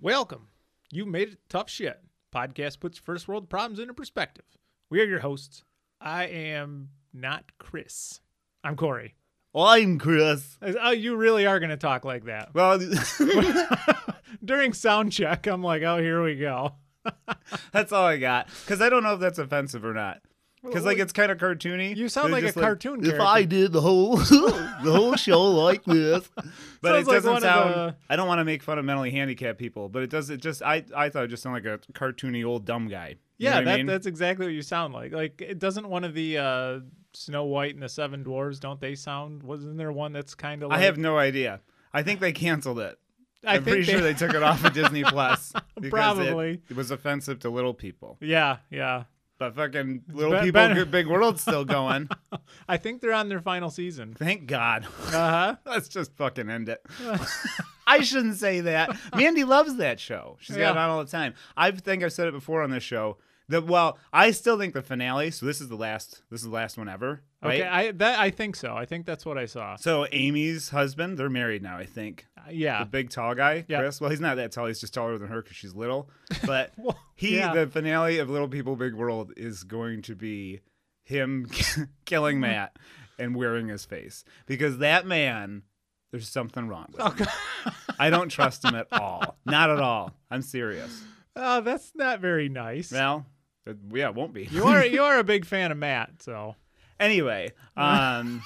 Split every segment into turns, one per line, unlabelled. Welcome. You've made it tough shit. Podcast puts first world problems into perspective. We are your hosts. I am not Chris. I'm Corey.
I'm Chris.
Oh, you really are going to talk like that.
Well,
During sound check, I'm like, oh, here we go.
that's all I got. Because I don't know if that's offensive or not. Because like it's kind of cartoony.
You sound
They're
like a
just
cartoon
If I did the whole the whole show like this, but
Sounds
it
like
doesn't
one of
sound.
the-
I don't want to make fun of mentally handicapped people, but it does. It just I I thought it just sounded like a cartoony old dumb guy. You know
yeah,
what
that,
I mean?
that's exactly what you sound like. Like, it doesn't one of the uh, Snow White and the Seven Dwarves, don't they sound? Wasn't there one that's kind of like.
I have no idea. I think they canceled it.
I
am
think
pretty
they-
sure they took it off of Disney Plus because it-
Probably.
it was offensive to little people.
Yeah, yeah.
But fucking little
Be-
people,
better.
big world's still going.
I think they're on their final season.
Thank God.
Uh-huh.
Let's just fucking end it. I shouldn't say that. Mandy loves that show. She's got it
Yeah.
on all the time. I think I've said it before on this show. That well, I still think the finale. So this is the last. This is the last one ever, right?
Okay, I that I think so. I think that's what I saw.
so Amy's husband, they're married now. I think
Uh, yeah.
the big tall guy,
Yeah.
Chris. Well, he's not that tall. He's just taller than her because she's little. But
Well,
he,
yeah.
the finale of Little People Big World, is going to be him
Mm-hmm.
killing Matt and wearing his face because that man, there's something wrong
Oh,
with. Him. I don't trust him at all. Not at all. I'm serious.
Oh, that's not very nice.
Well, it- yeah, it won't be.
You are you are a big fan of Matt, so
Anyway, um,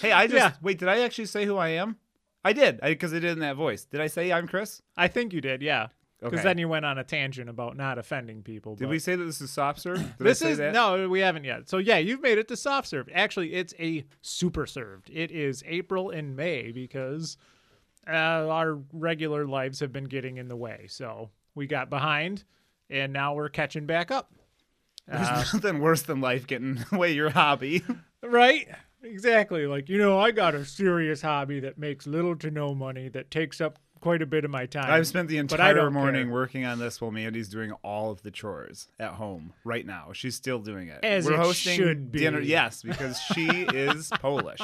hey, I just
Yeah.
wait. Did I actually say who I am? I did because I, did in that voice. Did I say I'm Chris?
I think you did, yeah. Because
Okay.
then you went on a tangent about not offending people.
Did
but-
we say that this is soft serve? Did I
This
say
is
that?
no, we haven't yet. So yeah, you've made it to soft serve. Actually, it's a super served. It is April and May because uh, our regular lives have been getting in the way. So we got behind, and now we're catching back up.
There's
Uh,
nothing worse than life getting away your hobby.
Right? Exactly. Like, you know, I got a serious hobby that makes little to no money that takes up quite a bit of my time.
I've spent the
but I
entire
don't
morning
care.
working on this while Mandy's doing all of the chores at home right now. She's still doing it.
As
We're
it
hosting
should be.
dinner. Yes, because she is Polish.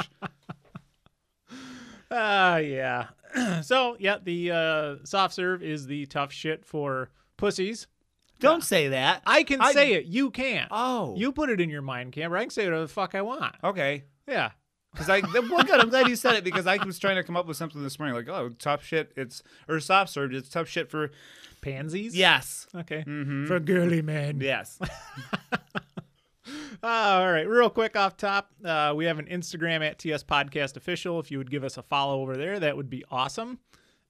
Ah, yeah. so, yeah, the uh, soft serve is the tough shit for pussies.
Don't say that.
I can
I-
say it. You can't.
Oh.
You put it in your mind, Cameron. I can say whatever the fuck I want.
Okay.
Yeah.
Because I well, good. I'm glad you said it because I was trying to come up with something this morning like oh tough shit it's or soft served it's tough shit for
Pansies?
yes
Okay.
Mm-hmm.
For girly men.
yes
Ah, all right, real quick off top, uh, we have an Instagram at TS Podcast Official. If you would give us a follow over there, that would be awesome.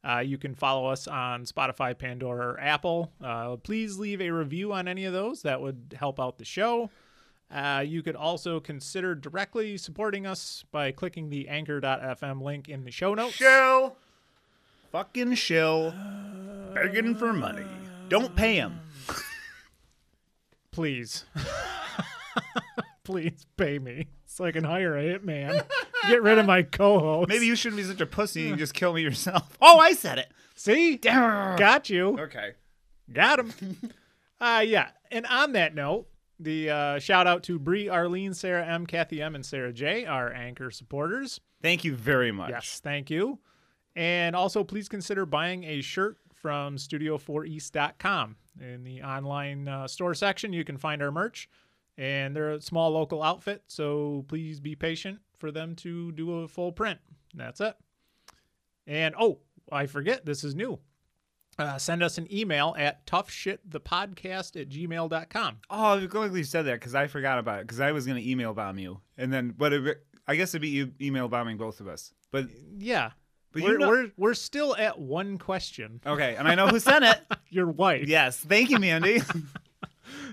Uh, you can follow us on Spotify, Pandora, or Apple. Uh, please leave a review on any of those. That would help out the show. Uh, you could also consider directly supporting us by clicking the anchor.fm link in the show notes.
shill fucking shill begging for money don't pay him
Please. Please pay me so I can hire a hitman. Get rid of my co host.
maybe you shouldn't be such a pussy and just kill me yourself oh I said it
See?
Damn.
Got you.
Okay.
Got him. uh, yeah. And on that note, the uh, shout out to Bree, Arlene, Sarah M, Kathy M, and Sarah J, our anchor supporters.
Thank you very much.
Yes, thank you. And also, please consider buying a shirt from Studio4East.com. In the online uh, store section, you can find our merch. And they're a small local outfit, so please be patient for them to do a full print. That's it. And oh, I forget, this is new. Uh, send us an email at toughshitthepodcast at gmail.com.
Oh, I'm glad you said that because I forgot about it because I was going to email bomb you. And then, but it, I guess it'd be you email bombing both of us. But,
Yeah.
But
we're,
you're not-
we're, we're still at one question.
okay. And I know who sent it.
Your wife.
Yes. Thank you, Mandy.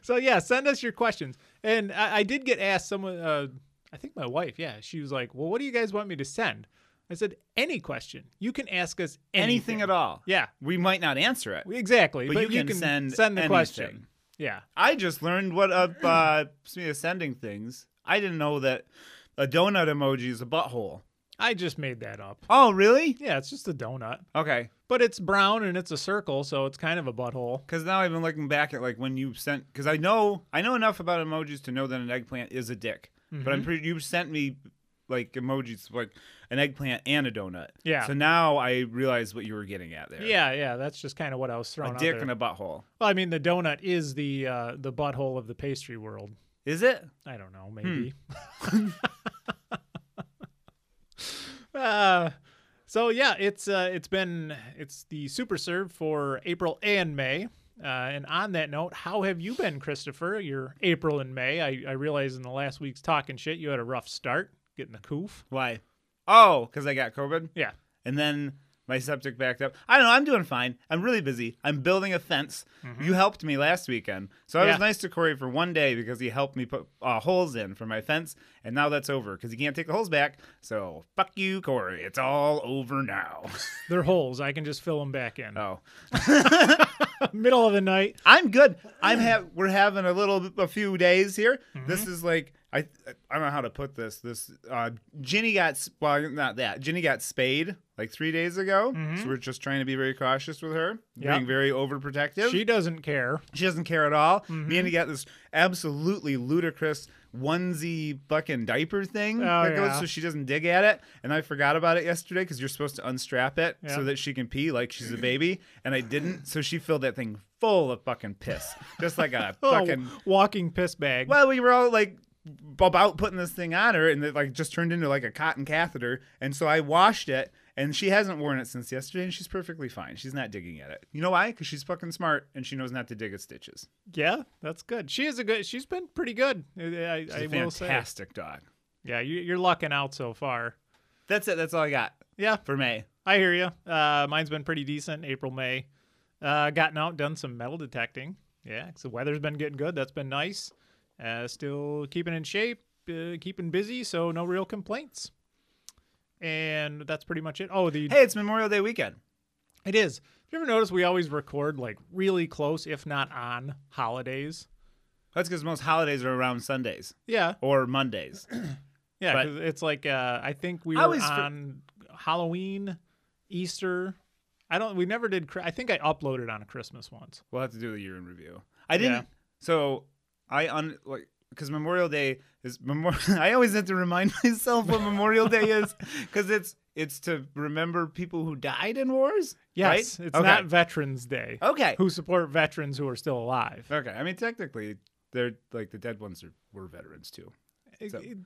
So yeah, send us your questions. And I, I did get asked someone, uh, I think my wife, yeah, she was like, "Well, what do you guys want me to send?" I said, "Any question. You can ask us anything,
Anything at all.
Yeah,
We might not answer it.
we- exactly.
But
But,
you can send
the question.
anything.
Yeah,
I just learned what a, uh, speaking of sending things, I didn't know that a donut emoji is a butthole.
I just made that up.
Oh, really?
Yeah, it's just a donut,
Okay.
but it's brown and it's a circle, so it's kind of a butthole.
Because now I've been looking back at like when you sent because
Mm-hmm.
I know I know enough about emojis to know that an eggplant is a dick. But I'm pretty you sent me like emojis like an eggplant and a donut.
Yeah.
So now I realize what you were getting at there.
Yeah, yeah, that's just kind of what I was throwing
A
out
dick
there.
and a butthole.
well, I mean, the donut is the uh, the butthole of the pastry world.
Is it?
I don't
Hmm.
know, maybe. uh, so yeah, it's uh, it's been it's the super serve for April and May. Uh, and on that note, how have you been, Christopher? Your April and May. I, I realize in the last week's talking shit, you had a rough start getting the coof.
Why? Oh, because I got COVID.
Yeah.
And then my septic backed up. I don't know. I'm doing fine. I'm really busy. I'm building a fence. You helped me last weekend. So I
Yeah.
was nice to Corey for one day because he helped me put uh, holes in for my fence. And now that's over because he can't take the holes back. So fuck you, Corey. It's all over now.
They're holes. I can just fill them back in.
oh.
Middle of the night.
I'm good. I'm ha- we're having a little a few days here. This is like I I don't know how to put this. This uh Ginny got s- well not that. Ginny got spayed like 3 days ago. So we're just trying to be very cautious with her.
Yeah.
Being very overprotective.
She doesn't care.
She doesn't care at all.
Mm-hmm.
Me and he got this absolutely ludicrous onesie fucking diaper thing
Oh,
that
yeah.
goes so she doesn't dig at it. And I forgot about it yesterday because you're supposed to unstrap it
Yeah.
so that she can pee like she's a baby. And I didn't. So she filled that thing full of fucking piss. Just like a
Oh,
fucking.
walking piss bag.
Well, we were all like about putting this thing on her and it like just turned into like a cotton catheter. And so I washed it. And she hasn't worn it since yesterday, and she's perfectly fine. She's not digging at it. You know why? Because she's fucking smart, and she knows not to dig at stitches.
Yeah, that's good. She is a good. She's been pretty good. I, I, I
She's a
will say.
fantastic dog.
Yeah, you, you're lucking out so far.
That's it. That's all I got
Yeah,
for May.
I hear you. Uh, mine's been pretty decent. April, May. Uh, gotten out, done some metal detecting. Yeah, 'cause the weather's been getting good. That's been nice. Uh, still keeping in shape, uh, keeping busy, so no real complaints. And that's pretty much it. Oh, the
Hey, it's Memorial Day weekend.
it is. You ever notice we always record like really close, if not on holidays?
That's because most holidays are around Sundays
Yeah,
or Mondays.
Yeah,
But-
'cause it's like uh, I think we
I
were
always for-
on Halloween, Easter. I don't. We never did. Chri- I think I uploaded on a Christmas once.
We'll have to do the year in review. I didn't.
Yeah.
So I un like because Memorial Day is memorial. I always have to remind myself what Memorial Day is because it's it's to remember people who died in wars. right?
Yes, it's not Veterans Day.
Okay.
Who support veterans who are still alive?
Okay. I mean, technically, they're like the dead ones are, were veterans too.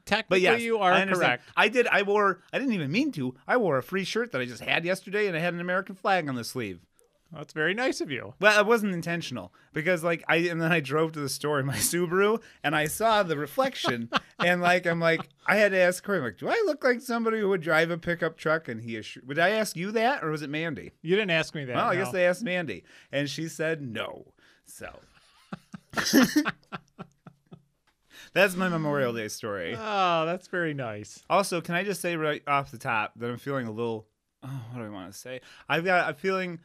Technically,
But yes,
you are
I understand.
correct.
I did. I wore. I didn't even mean to. I wore a free shirt that I just had yesterday, and I had an American flag on the sleeve.
That's very nice of you.
Well, it wasn't intentional because, like, I and then I drove to the store in my Subaru, and I saw the reflection, and like, I'm like, I had to ask Corey, like, do I look like somebody who would drive a pickup truck? And he, assu- would I ask you that, or was it Mandy?
You didn't ask me that.
Well, I
no.
guess they asked Mandy, and she said no. So. That's my Memorial Day story.
Oh, that's very nice.
Also, can I just say right off the top that I'm feeling a little. Oh, what do I want to say? I've got. I'm feeling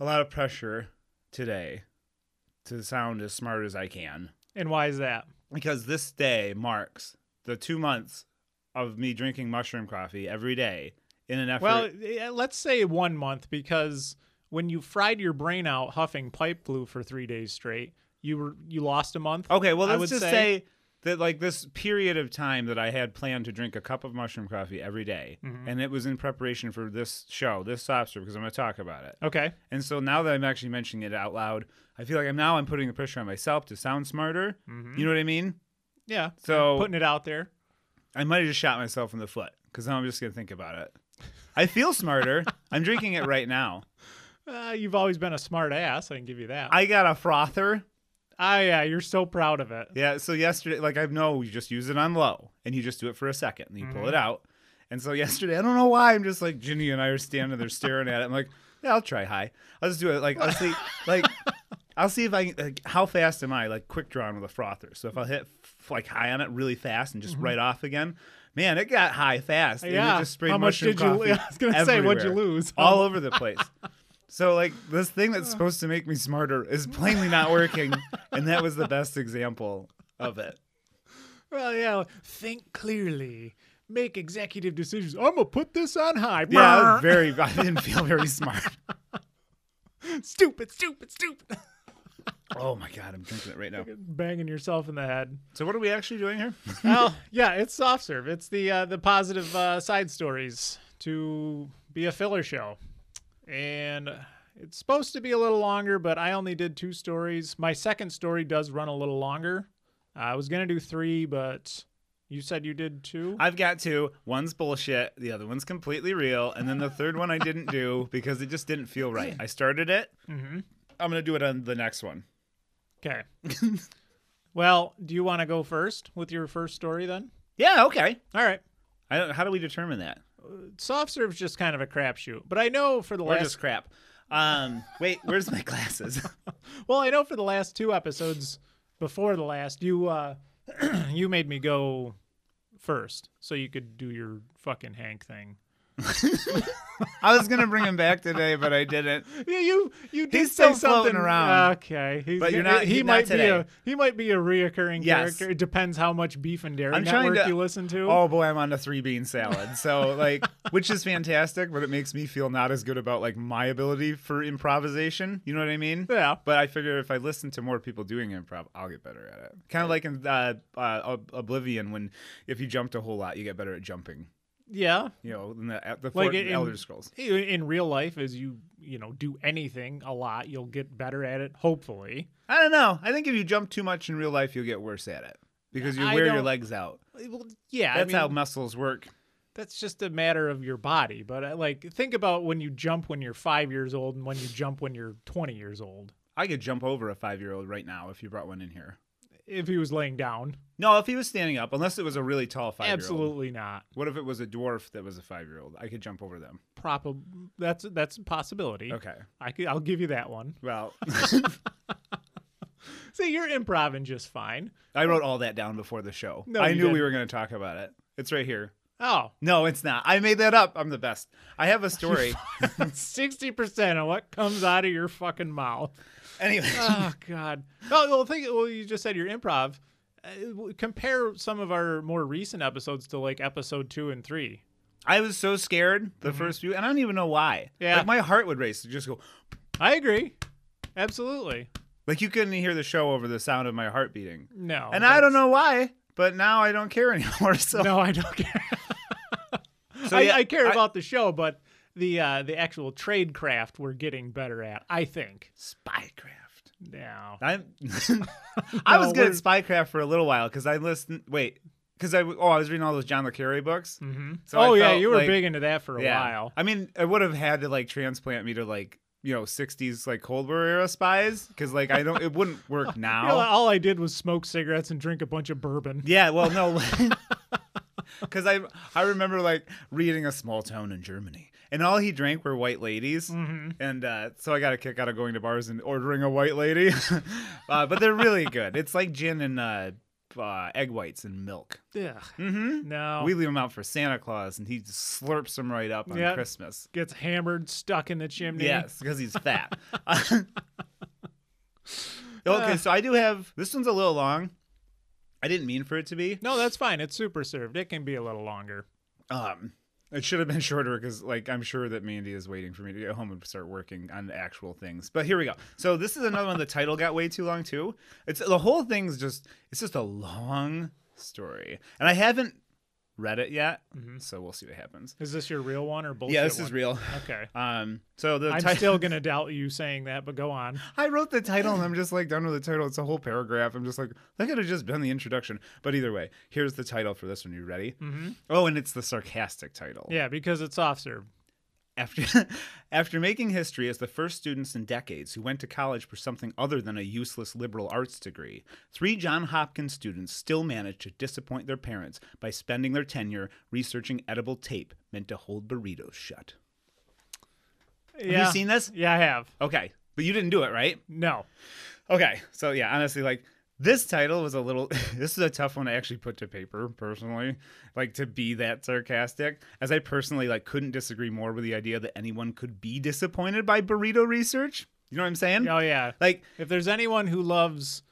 a lot of pressure today to sound as smart as I can
And why is that?
because this day marks the two months of me drinking mushroom coffee every day in an effort.
Well, eh, let's say one month because when you fried your brain out huffing pipe glue for three days straight, you were you lost a month.
okay. Well,
I
let's
would
just
say-
say, that like this period of time that I had planned to drink a cup of mushroom coffee every day,
Mm-hmm.
and it was in preparation for this show, this sob story, because I'm going to talk about it.
Okay.
And so now that I'm actually mentioning it out loud, I feel like I'm now I'm putting the pressure on myself to sound smarter. You know what I mean?
Mm-hmm. Yeah.
So
putting it out there.
I might have just shot myself in the foot because now I'm just gonna think about it. I feel smarter. I'm drinking it right now.
Uh, you've always been a smart ass. I can give you that.
I got a frother.
Ah, yeah, you're so proud of it.
Yeah. So yesterday, like I know you just use it on low and you just do it for a second and you pull it
Mm-hmm.
out. And so yesterday, I don't know why I'm just like Ginny and I are standing there staring at it. I'm like, yeah, I'll try high. I'll just do it. Like I'll see, like I'll see if I can- like how fast am I like quick drawing with a frother. So if I hit f- like high on it really fast and just right off again, man, it got high fast. and it
Mm-hmm. Yeah.
just sprayed
How much
mushroom
did you?
coffee
I was gonna say, what'd you
everywhere
lose?
all over the place. So like this thing that's supposed to make me smarter is plainly not working, and that was the best example of it.
well, yeah. Think clearly. Make executive decisions. I'm gonna put this on high.
Yeah, I was very. I didn't feel very smart.
stupid, stupid, stupid.
Oh my god, I'm drinking it right now.
Banging yourself in the head.
So what are we actually doing here?
well, yeah, it's soft serve. It's the uh, the positive uh, side stories to be a filler show, and it's supposed to be a little longer, but I only did two stories. My second story does run a little longer. I was gonna do three, but you said you did two.
I've got two. One's bullshit, the other one's completely real, and then the third one I didn't do because it just didn't feel right. I started it.
Mhm.
I'm gonna do it on the next one.
Okay. well, do you want to go first with your first story then?
Yeah, okay.
All right.
I don't, how do we determine that?
Soft serve's just kind of a crapshoot, but I know for the
Or
last
just crap. Um, wait, where's my glasses?
Well, I know for the last two episodes before the last, you uh you made me go first so you could do your fucking Hank thing.
I was gonna bring him back today, but I didn't.
Yeah, you you did
He's
say
still floating
something
around.
Okay, he's,
But you're not-
He,
he's not
might be
today.
a he might be a reoccurring
Yes.
character. It depends how much beef and dairy
I'm trying
network
to-
you listen to.
Oh boy, I'm on a three bean salad. So like, which is fantastic, but it makes me feel not as good about like my ability for improvisation. You know what I mean?
yeah.
But I figure if I listen to more people doing improv, I'll get better at it. Kind of like in uh, uh, Ob- Oblivion, when if you jumped a whole lot, you get better at jumping.
Yeah.
You know, in the, at the
Like
Fort-
in-
Elder Scrolls.
I- In real life, as you you know do anything a lot, you'll get better at it. Hopefully.
I don't know. I think if you jump too much in real life, you'll get worse at it because you
I
wear your
don't-
legs out.
Well, yeah. I
That's
mean-
how muscles work.
that's just a matter of your body but uh, like think about when you jump when you're five years old and when you jump when you're 20 years old
I could jump over a five year old right now if you brought one in here.
if he was laying down
No, if he was standing up, unless it was a really tall five year old.
absolutely not
What if it was a dwarf that was a five year old? I could jump over them.
probably that's that's a possibility
Okay.
I could, i'll give you that one
Well,
see you're improvising just fine
I wrote all that down before the show.
No,
I
you
knew we
didn't.
were going to talk about it. It's right here.
oh
No, it's not. I made that up. I'm the best. I have a story.
60% of what comes out of your fucking mouth
anyway,
oh god oh well think well you just said your improv Uh, w- compare some of our more recent episodes to like episode two and three
I was so scared the first few, and I don't even know why.
Mm-hmm. Yeah.
Like my heart would race to just go,
i agree absolutely
like you couldn't hear the show over the sound of my heart beating.
No.
and I don't know why, but now I don't care anymore. So,
No, I don't care.
so
I,
yeah,
I care about the show, but the uh, the actual trade craft we're getting better at. I think.
Spycraft.
Now.
I I was
No,
good at Spycraft for a little while because I listened. Wait, because I w- oh I was reading all those John le Carre books.
Mm-hmm.
So
oh
I
yeah,
felt
you were
like-
big into that for a while.
I mean, I would have had to like transplant me to like you know '60s like Cold War era spies because like I don't it wouldn't work
You know,
now.
all I did was smoke cigarettes and drink a bunch of bourbon.
yeah, well no, because I I remember like reading a small town in Germany. And all he drank were white ladies,
Mm-hmm.
and uh, so I got a kick out of going to bars and ordering a white lady. uh, but they're really good. It's like gin and uh, uh, egg whites and milk.
Yeah.
Mm-hmm.
Hmm? No.
We leave them out for Santa Claus, and he just slurps them right up on
Yeah.
Christmas.
gets hammered, stuck in the chimney.
Yes, because he's fat. okay, so I do have this one's a little long. I didn't mean for it to be.
No, that's fine. It's super served. It can be a little longer.
Um, it should have been shorter because, like, I'm sure that Mandy is waiting for me to get home and start working on actual things. But here we go. So this is another one. The title got way too long too. It's the whole thing's just it's just a long story, and I haven't read it yet,
Mm-hmm.
so we'll see what happens.
Is this your real one or bullshit?
Yeah, this is
one?
real.
Okay.
Um, so the
I'm
title.
still gonna doubt you saying that, but go on.
I wrote the title and I'm just like done with the title. It's a whole paragraph. I'm just like, that could have just been the introduction. But either way, here's the title for this one. You ready? Mm-hmm. Oh, and it's the sarcastic title.
Yeah, because it's soft serve.
After, after making history as the first students in decades who went to college for something other than a useless liberal arts degree, three John Hopkins students still managed to disappoint their parents by spending their tenure researching edible tape meant to hold burritos shut.
Yeah.
Have you seen this?
Yeah, I have.
Okay, but you didn't do it, right?
No.
Okay, so yeah, honestly, like this title was a little. this is a tough one to actually put to paper, personally. Like to be that sarcastic, as I personally like couldn't disagree more with the idea that anyone could be disappointed by burrito research. You know what I'm saying?
Oh yeah.
Like
If there's anyone who loves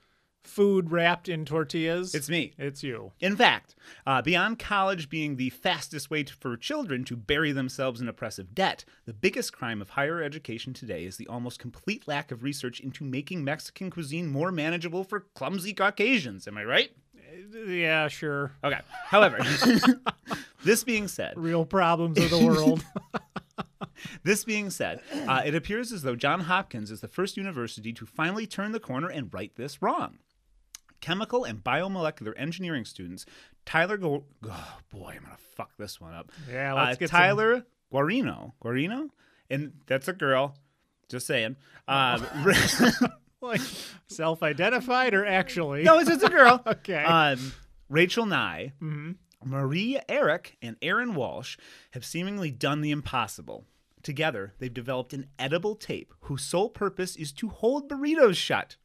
food wrapped in tortillas.
It's me.
It's you.
In fact, uh, beyond college being the fastest way to, for children to bury themselves in oppressive debt, the biggest crime of higher education today is the almost complete lack of research into making Mexican cuisine more manageable for clumsy Caucasians. Am I right?
Yeah, sure.
Okay. However, this being said,
Real problems of the world.
This being said, uh, it appears as though John Hopkins is the first university to finally turn the corner and right this wrong. Chemical and biomolecular engineering students Tyler Go- oh boy, I'm gonna fuck this one up.
Yeah, let's
Uh,
get some-
Tyler Guarino, Guarino, and that's a girl. Just saying. Uh,
Oh. like self-identified or actually?
no, it's just a girl.
Okay. Mm-hmm.
Um, Rachel Nye, Maria Eric, and Aaron Walsh have seemingly done the impossible. Together, they've developed an edible tape whose sole purpose is to hold burritos shut.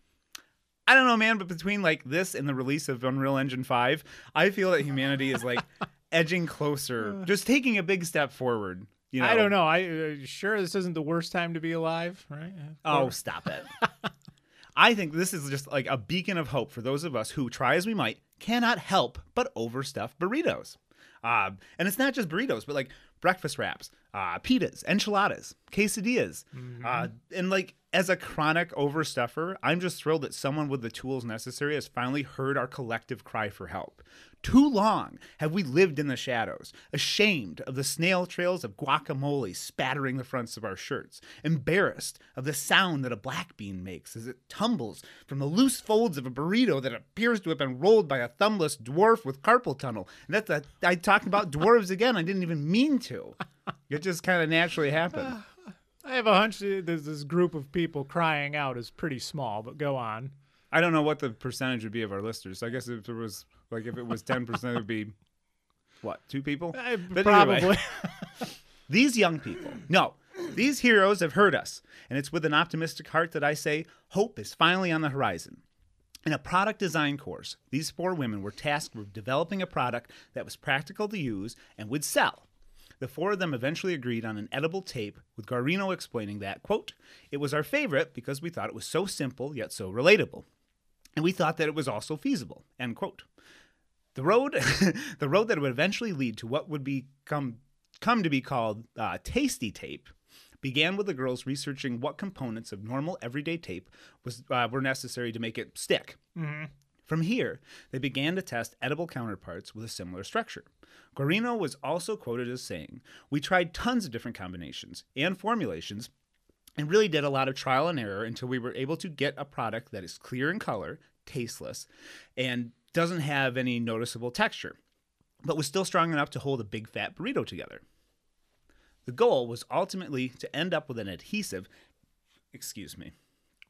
I don't know, man, but between like this and the release of Unreal Engine 5, I feel that humanity is like edging closer, just taking a big step forward. You know?
Uh. I don't know. I uh, sure this isn't the worst time to be alive, right?
Oh, stop it. I think this is just like a beacon of hope for those of us who, try as we might, cannot help but overstuff burritos. Um, and it's not just burritos, but like breakfast wraps, uh, pitas, enchiladas, quesadillas. Uh, and like, as a chronic overstuffer, I'm just thrilled that someone with the tools necessary has finally heard our collective cry for help. Too long have we lived in the shadows, ashamed of the snail trails of guacamole spattering the fronts of our shirts, embarrassed of the sound that a black bean makes as it tumbles from the loose folds of a burrito that appears to have been rolled by a thumbless dwarf with carpal tunnel. And that's a, I talked about dwarves again. I didn't even mean to. It just kind of naturally happened.
I have a hunch that this, this group of people crying out is pretty small, but go on.
I don't know what the percentage would be of our listeners. I guess if it was like if it was ten percent, it would be what two people?
I,
But either way.
Uh, probably.
These young people, no, these heroes have heard us, and it's with an optimistic heart that I say hope is finally on the horizon. In a product design course, these four women were tasked with developing a product that was practical to use and would sell. The four of them eventually agreed on an edible tape, with Garino explaining that, quote, it was our favorite because we thought it was so simple yet so relatable. And we thought that it was also feasible, end quote. The road, the road that would eventually lead to what would become come to be called uh, Tasty Tape, began with the girls researching what components of normal everyday tape was uh, were necessary to make it stick. From here, they began to test edible counterparts with a similar structure. Guarino was also quoted as saying, "We tried tons of different combinations and formulations." and really did a lot of trial and error until we were able to get a product that is clear in color, tasteless, and doesn't have any noticeable texture, but was still strong enough to hold a big fat burrito together. The goal was ultimately to end up with an adhesive. Excuse me.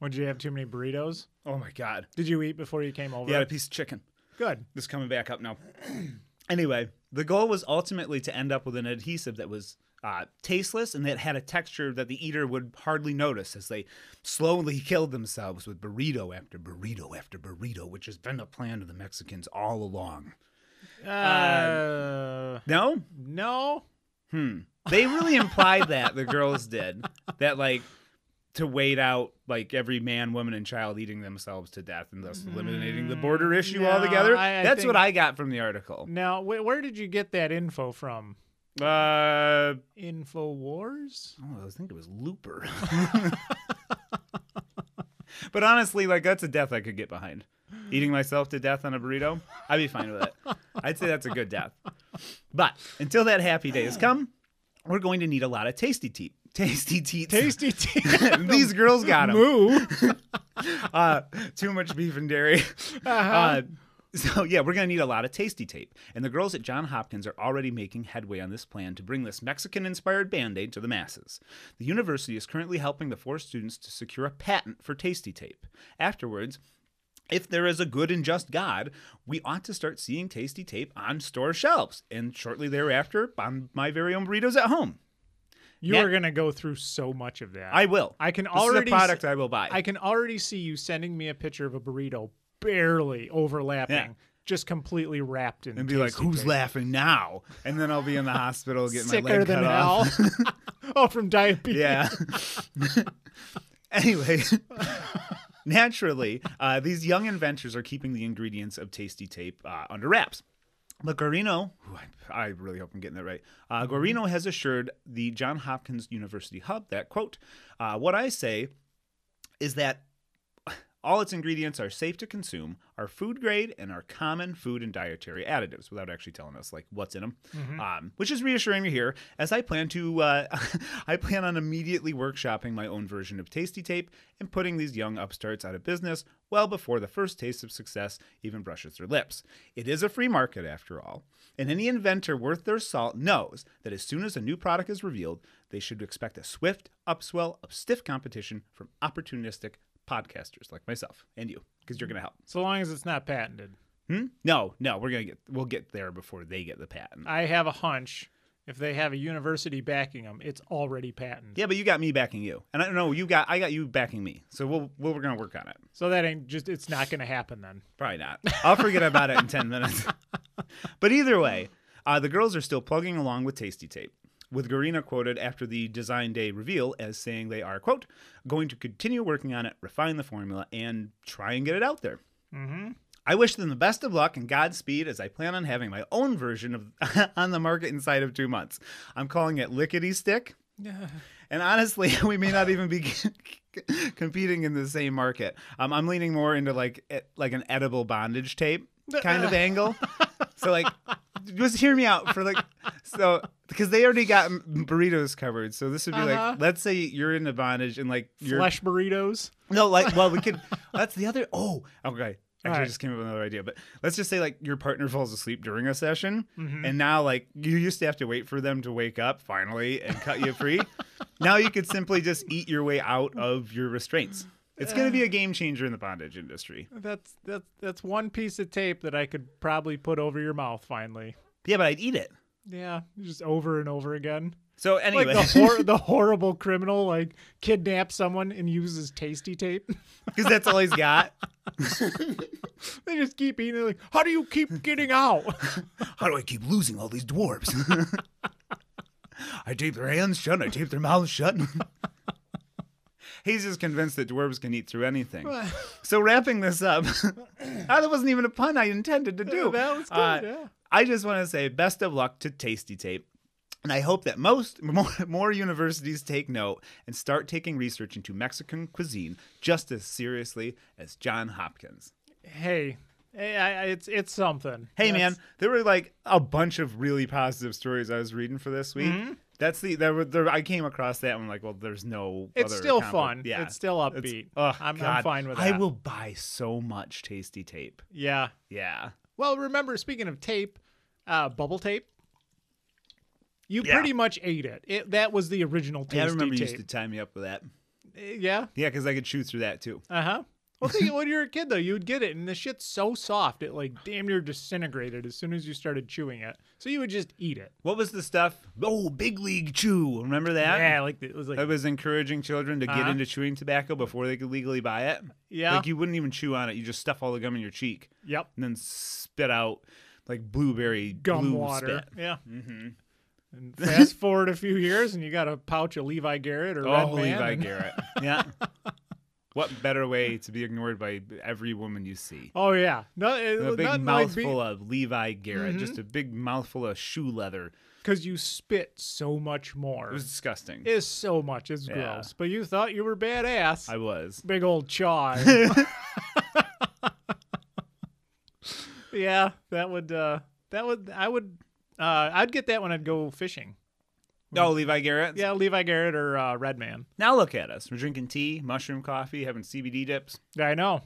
Would you have too many burritos?
Oh my God.
Did you eat before you came over?
Yeah, a piece of chicken.
Good.
This is coming back up now. anyway, the goal was ultimately to end up with an adhesive that was uh, tasteless and that had a texture that the eater would hardly notice as they slowly killed themselves with burrito after burrito after burrito, which has been the plan of the Mexicans all along.
Uh,
No,
no.
hmm, they really implied that the girls did that, like to wait out like every man, woman, and child eating themselves to death and thus eliminating the border issue
no,
altogether.
Mm, I- I
That's
think-
what I got from the article.
Now, wh- where did you get that info from?
Uh,
Infowars?
Oh, I was thinking it was Looper. but honestly, like that's a death I could get behind. Eating myself to death on a burrito, I'd be fine with it. I'd say that's a good death. But until that happy day has come, we're going to need a lot of tasty teeth. Tasty teeth.
Tasty tea.
These girls got them.
Moo.
Uh, too much beef and dairy.
Uh-huh.
Uh, so yeah, we're gonna need a lot of tasty tape, and the girls at John Hopkins are already making headway on this plan to bring this Mexican-inspired Band-Aid to the masses. The university is currently helping the four students to secure a patent for tasty tape. Afterwards, if there is a good and just God, we ought to start seeing tasty tape on store shelves, and shortly thereafter on my very own burritos at home.
You
Net-
are gonna go through so much of that.
I will.
I can
This
already
is a
s-
product I will buy.
I can already see you sending me a picture of a burrito barely overlapping,
Yeah.
just completely wrapped in.
and be like,
tasty
"Who's
tape."
laughing now?" And then I'll be in the hospital getting my
Sicker
leg
than
cut off.
hell. oh, from diabetes.
Yeah. anyway, Naturally, uh, these young inventors are keeping the ingredients of Tasty Tape uh, under wraps. But Guarino, who I, I really hope I'm getting that right, uh, Guarino has assured the John Hopkins University Hub that, quote, uh, what I say is that all its ingredients are safe to consume, are food grade, and are common food and dietary additives without actually telling us like what's in them, um, which is reassuring to hear. As I plan to, uh, I plan on immediately workshopping my own version of Tasty Tape and putting these young upstarts out of business well before the first taste of success even brushes their lips. It is a free market after all, and any inventor worth their salt knows that as soon as a new product is revealed, they should expect a swift upswell of stiff competition from opportunistic podcasters like myself and you because you're going to help.
So long as it's not patented.
Hmm? No, no, we're going to get we'll get there before they get the patent.
I have a hunch if they have a university backing them, it's already patented.
yeah, but you got me backing you. And I know you got I got you backing me. So we'll, we'll we're going to work on it.
So that ain't just it's not going to happen then.
Probably not. I'll forget about it in 10 minutes. but either way, uh, the girls are still plugging along with Tasty Tape, with Garina quoted after the design day reveal as saying they are, quote, going to continue working on it, refine the formula, and try and get it out there.
Mhm.
I wish them the best of luck and Godspeed as I plan on having my own version of on the market inside of two months. I'm calling it Lickety Stick. And honestly, we may not even be competing in the same market. Um, I'm leaning more into like e- like an edible bondage tape kind of angle. So like, just hear me out for like, so because they already got m- burritos covered. So this would be
Uh-huh.
like, let's say you're in a bondage and like you're
Flesh burritos.
no, like, well, we could. That's the other. Oh, okay. Actually, I
Alright.
just came up with another idea, but let's just say like your partner falls asleep during a session,
Mhm.
and now like you used to have to wait for them to wake up finally and cut you free. now you could simply just eat your way out of your restraints. It's going to
Uh.
be a game changer in the bondage industry.
That's that's that's one piece of tape that I could probably put over your mouth finally.
Yeah, but I'd eat it.
Yeah, just over and over again.
So anyway,
Like the hor- the horrible criminal like kidnaps someone and uses tasty tape.
because that's all he's got.
they just keep eating. Like, how do you keep getting out?
How do I keep losing all these dwarves? I tape their hands shut. I tape their mouths shut. He's just convinced that dwarves can eat through anything. So wrapping this up, Ah, that wasn't even a pun I intended to do.
that was good,
Uh,
yeah.
I just want to say best of luck to Tasty Tape. And I hope that most more, more universities take note and start taking research into Mexican cuisine just as seriously as John Hopkins.
hey, hey, I, I- it's it's something.
Hey
That's-
man, there were like a bunch of really positive stories I was reading for this week.
Mm-hmm.
That's the there were there, I came across that one like well there's no
It's
other
still
compa-
fun.
Yeah.
It's still
It's-
upbeat.
oh,
I'm, I'm
God.
fine with
I
that.
will buy so much tasty tape.
Yeah.
Yeah.
Well, remember, speaking of tape, uh, bubble tape. You
Yeah.
pretty much ate it. it. That was the original tasty
yeah I remember you
tape.
used to tie me up with that.
Uh, Yeah.
Yeah, because I could chew through that too.
Uh huh. Well, think when you were a kid though, you would get it, and the shit's so soft it like damn near disintegrated as soon as you started chewing it. So you would just eat it.
What was the stuff? Oh, big league chew. Remember that?
yeah, like it was like
That was encouraging children to get
Uh-huh.
into chewing tobacco before they could legally buy it.
Yeah.
Like you wouldn't even chew on it. You just stuff all the gum in your cheek.
yep
and then spit out like blueberry
gum
blue
water.
spit.
Yeah. Mm-hmm. And fast forward a few years, and you got a pouch of Levi Garrett or Red
Oh,
Man.
Levi
and-
Garrett. Yeah. What better way to be ignored by every woman you see?
Oh yeah, no, it,
A big
nothing like
mouthful of Levi Garrett, just
Mm-hmm.
a big mouthful of shoe leather.
because you spit so much more.
It was disgusting.
It's so much. It's
Yeah.
gross. But you thought you were badass.
I was.
Big old chaw. yeah, that would. uh That would. I would. uh I'd get that when I'd go fishing.
No, Oh, Levi Garrett.
Mm-hmm. Yeah, Levi Garrett or uh, Red Man.
Now look at us. We're drinking tea, mushroom coffee, having CBD dips.
Yeah, I know.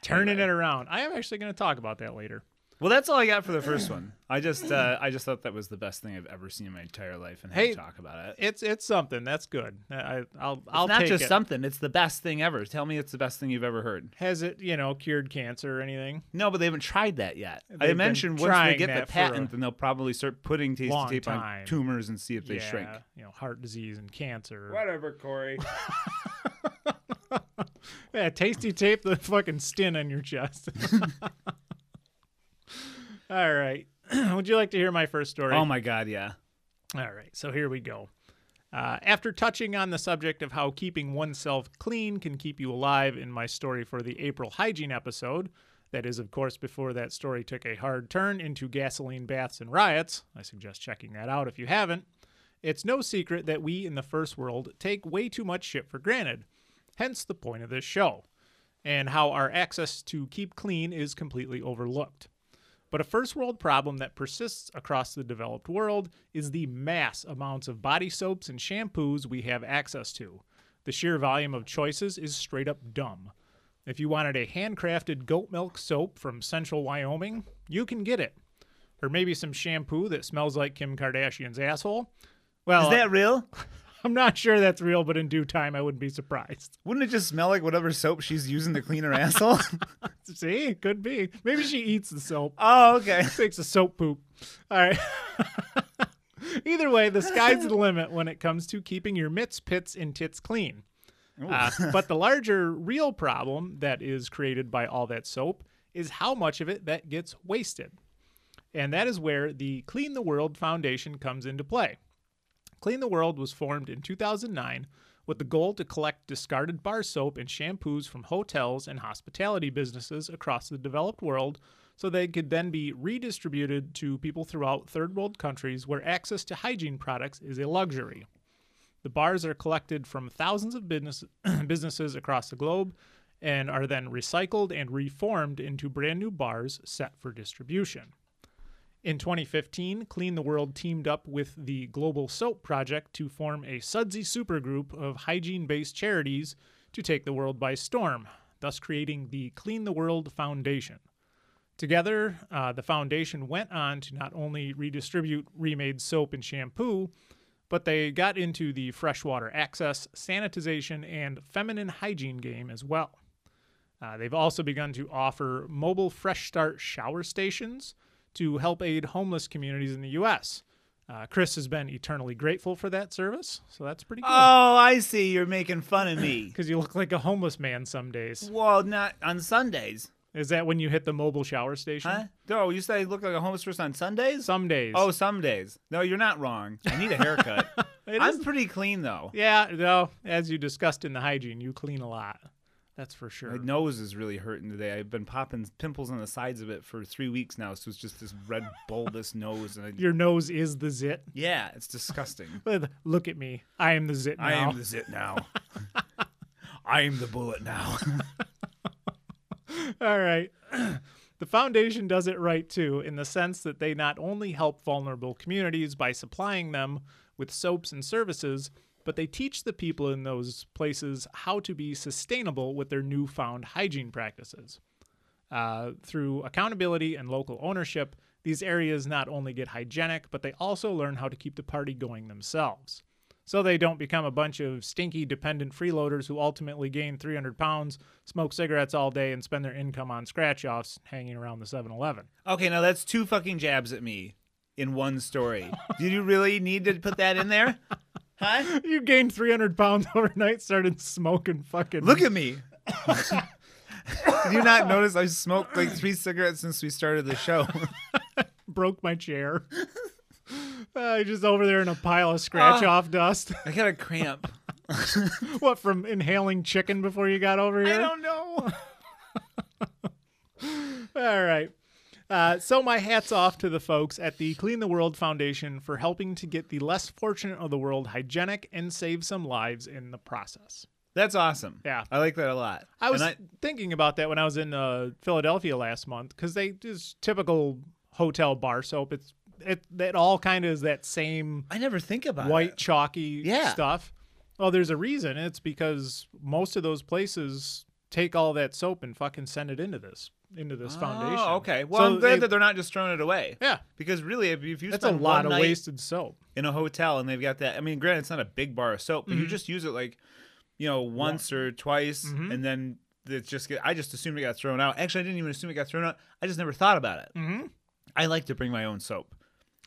Turning
Anyway.
it around. I am actually going to talk about that later.
Well, that's all I got for the first one. I just, uh, I just thought that was the best thing I've ever seen in my entire life, and had
Hey,
to talk about it.
It's it's something. That's good. I- I, I'll I'll
It's not
take
just
it.
something. It's the best thing ever. Tell me it's the best thing you've ever heard.
Has it you know cured cancer or anything?
No, but they haven't tried that yet. I
been
mentioned once they
trying
get
that
the
for
patent,
a
then they'll probably start putting tasty
long
tape on
time.
tumors and see if they
yeah,
shrink.
You know, heart disease and cancer.
Whatever, Corey.
Yeah, tasty tape the fucking stin on your chest. All
Um,
right. Would you like to hear my first story?
oh my God, yeah.
All right. So here we go. Uh, after touching on the subject of how keeping oneself clean can keep you alive in my story for the April hygiene episode, that is, of course, before that story took a hard turn into gasoline baths and riots, I suggest checking that out if you haven't. It's no secret that we in the first world take way too much shit for granted, hence the point of this show, and how our access to keep clean is completely overlooked. But a first world problem that persists across the developed world is the mass amounts of body soaps and shampoos we have access to. The sheer volume of choices is straight up dumb. If you wanted a handcrafted goat milk soap from central Wyoming, you can get it. Or maybe some shampoo that smells like Kim Kardashian's asshole. Well,
Is that real?
I'm not sure that's real, but in due time, I wouldn't be surprised.
Wouldn't it just smell like whatever soap she's using to clean her asshole?
See, it could be. Maybe she eats the soap.
oh, okay.
Takes a soap poop. All right. Either way, the sky's the limit when it comes to keeping your mitts, pits, and tits clean. Uh, but the larger, real problem that is created by all that soap is how much of it that gets wasted. And that is where the Clean the World Foundation comes into play. Clean the World was formed in 2009 with the goal to collect discarded bar soap and shampoos from hotels and hospitality businesses across the developed world so they could then be redistributed to people throughout third world countries where access to hygiene products is a luxury. The bars are collected from thousands of business, businesses across the globe and are then recycled and reformed into brand new bars set for distribution. In 2015, Clean the World teamed up with the Global Soap Project to form a sudsy supergroup of hygiene based charities to take the world by storm, thus creating the Clean the World Foundation. Together, uh, the foundation went on to not only redistribute remade soap and shampoo, but they got into the freshwater access, sanitization, and feminine hygiene game as well. Uh, they've also begun to offer mobile Fresh Start shower stations to help aid homeless communities in the U.S. Uh, Chris has been eternally grateful for that service, so that's pretty cool.
Oh, I see. You're making fun of me.
Because you look like a homeless man some days.
well, not on Sundays.
Is that when you hit the mobile shower station?
Huh? No, you said I look like a homeless person on Sundays?
Some days.
Oh, some days. No, you're not wrong. I need a haircut.
It
I'm
is-
pretty clean though.
yeah. No, as you discussed in the hygiene, you clean a lot. That's for sure.
My nose is really hurting today. I've been popping pimples on the sides of it for three weeks now, so it's just this red bulbous nose. And I,
Your nose is the zit.
yeah, it's disgusting.
Look at me. I am the zit now.
I am the zit now. I am the bullet now.
All right. The foundation does it right too, in the sense that they not only help vulnerable communities by supplying them with soaps and services, but they teach the people in those places how to be sustainable with their newfound hygiene practices. Uh, through accountability and local ownership, these areas not only get hygienic, but they also learn how to keep the party going themselves. So they don't become a bunch of stinky, dependent freeloaders who ultimately gain 300 pounds, smoke cigarettes all day, and spend their income on scratch offs hanging around the 7 Eleven.
okay, now that's two fucking jabs at me in one story. Did you really need to put that in there? Huh?
You gained 300 pounds overnight, started smoking fucking.
Look at me. Did you not notice I smoked like three cigarettes since we started the show?
broke my chair. Uh, just over there in a pile of scratch
Ah.
off dust.
I got a cramp.
what, from inhaling chicken before you got over here?
I don't know.
All right. Uh, so my hats off to the folks at the Clean the World Foundation for helping to get the less fortunate of the world hygienic and save some lives in the process.
That's awesome.
Yeah.
I like that a lot.
I was
And I,
thinking about that when I was in uh, Philadelphia last month because they just typical hotel bar soap. It's it that all kind of is that same
I never think about
white
it.
chalky
Uh, Yeah.
stuff. Well, there's a reason. It's because most of those places take all that soap and fucking send it into this into this foundation.
Oh, okay. Well, I'm
So
glad
they-
that they're not just throwing it away.
yeah.
Because really, if if you
That's a
spend
lot
one
of
night
wasted soap.
in a hotel and they've got that, I mean, granted, it's not a big bar of soap,
Mm-hmm.
but you just use it like, you know, once or twice,
Mm-hmm.
and then it just get. I just assumed it got thrown out. Actually, I didn't even assume it got thrown out. I just never thought about it.
Mhm.
I like to bring my own soap.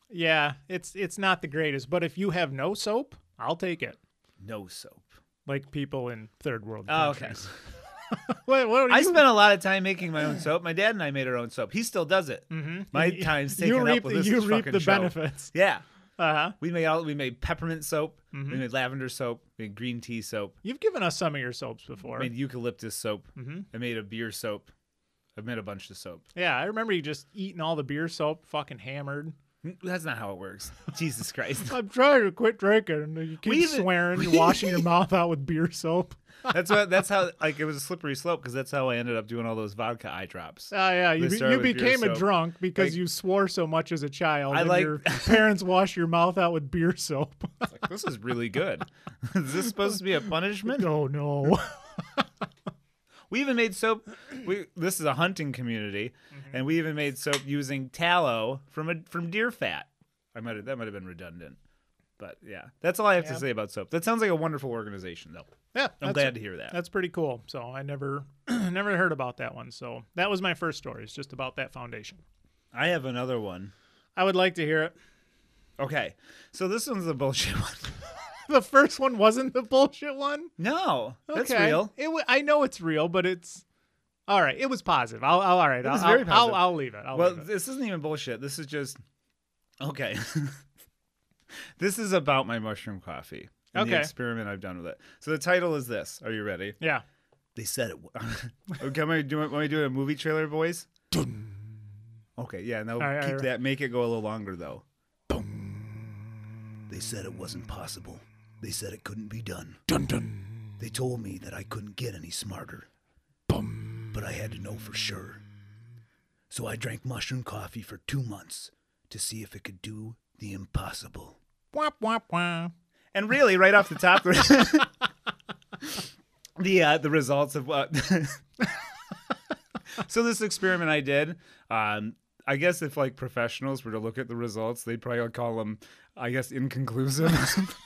Yeah, it's it's not the greatest, but if you have no soap, I'll take it.
No soap.
Like people in third world
Oh, okay.
countries. What, what do
I
you-
spent a lot of time making my own soap. My dad and I made our own soap. He still does it. Mm-hmm. My time's taken
you reap
up with
the,
this
you reap
fucking
the
show.
benefits.
Yeah.
Uh huh.
We made all we made peppermint soap, we made lavender soap, we made green tea soap,
You've given us some of your soaps before.
I made eucalyptus soap,
Mhm.
I made a beer soap, I made a bunch of soap.
yeah, I remember you just eating all the beer soap, fucking hammered.
N- Mm, That's not how it works. Jesus Christ.
I'm trying to quit drinking. and You keep
We even-
swearing,
we-
you're washing your mouth out with beer soap.
That's what that's how like it was a slippery slope because that's how I ended up doing all those vodka eye drops.
Oh yeah, you,
They
be,
start
you
with beer
became a
soap.
drunk because
Like-
you swore so much as a child.
I
and
like-
your parents wash your mouth out with beer soap.
It's like, this is really good. is this supposed to be a punishment?
oh no.
We even made soap. We this is a hunting community,
Mm-hmm.
and we even made soap using tallow from a from deer fat. I might have that might have been redundant, but yeah, that's all I have
Yeah.
to say about soap. That sounds like a wonderful organization, though.
yeah,
I'm
that's-
glad to hear that.
That's pretty cool. So I never never heard about that one. So that was my first story. It's just about that foundation.
I have another one.
I would like to hear it.
Okay, so this one's a bullshit one.
The first one wasn't the bullshit one.
no, that's
Okay.
real.
It wa- I know it's real, but it's all right. It was positive. I'll, I'll all right. I'll,
was
I'll,
very positive.
I'll, I'll leave it. I'll
Well,
leave it.
this isn't even bullshit. This is just okay. this is about my mushroom coffee and the
Okay.
experiment I've done with it. So the title is this. Are you ready?
yeah.
They said it. w- okay, am I doing? Am I doing a movie trailer voice? Okay, yeah. Now
right,
keep
all right.
that. Make it go a little longer though. Boom. They said it wasn't possible. They said it couldn't be done. Dun dun. They told me that I couldn't get any smarter. Boom. But I had to know for sure. So I drank mushroom coffee for two months to see if it could do the impossible.
Wah, wah, wah.
And really, right off the top, the the, uh, the results of what. so this experiment I did, um, I guess if like professionals were to look at the results, they'd probably call them, I guess, inconclusive.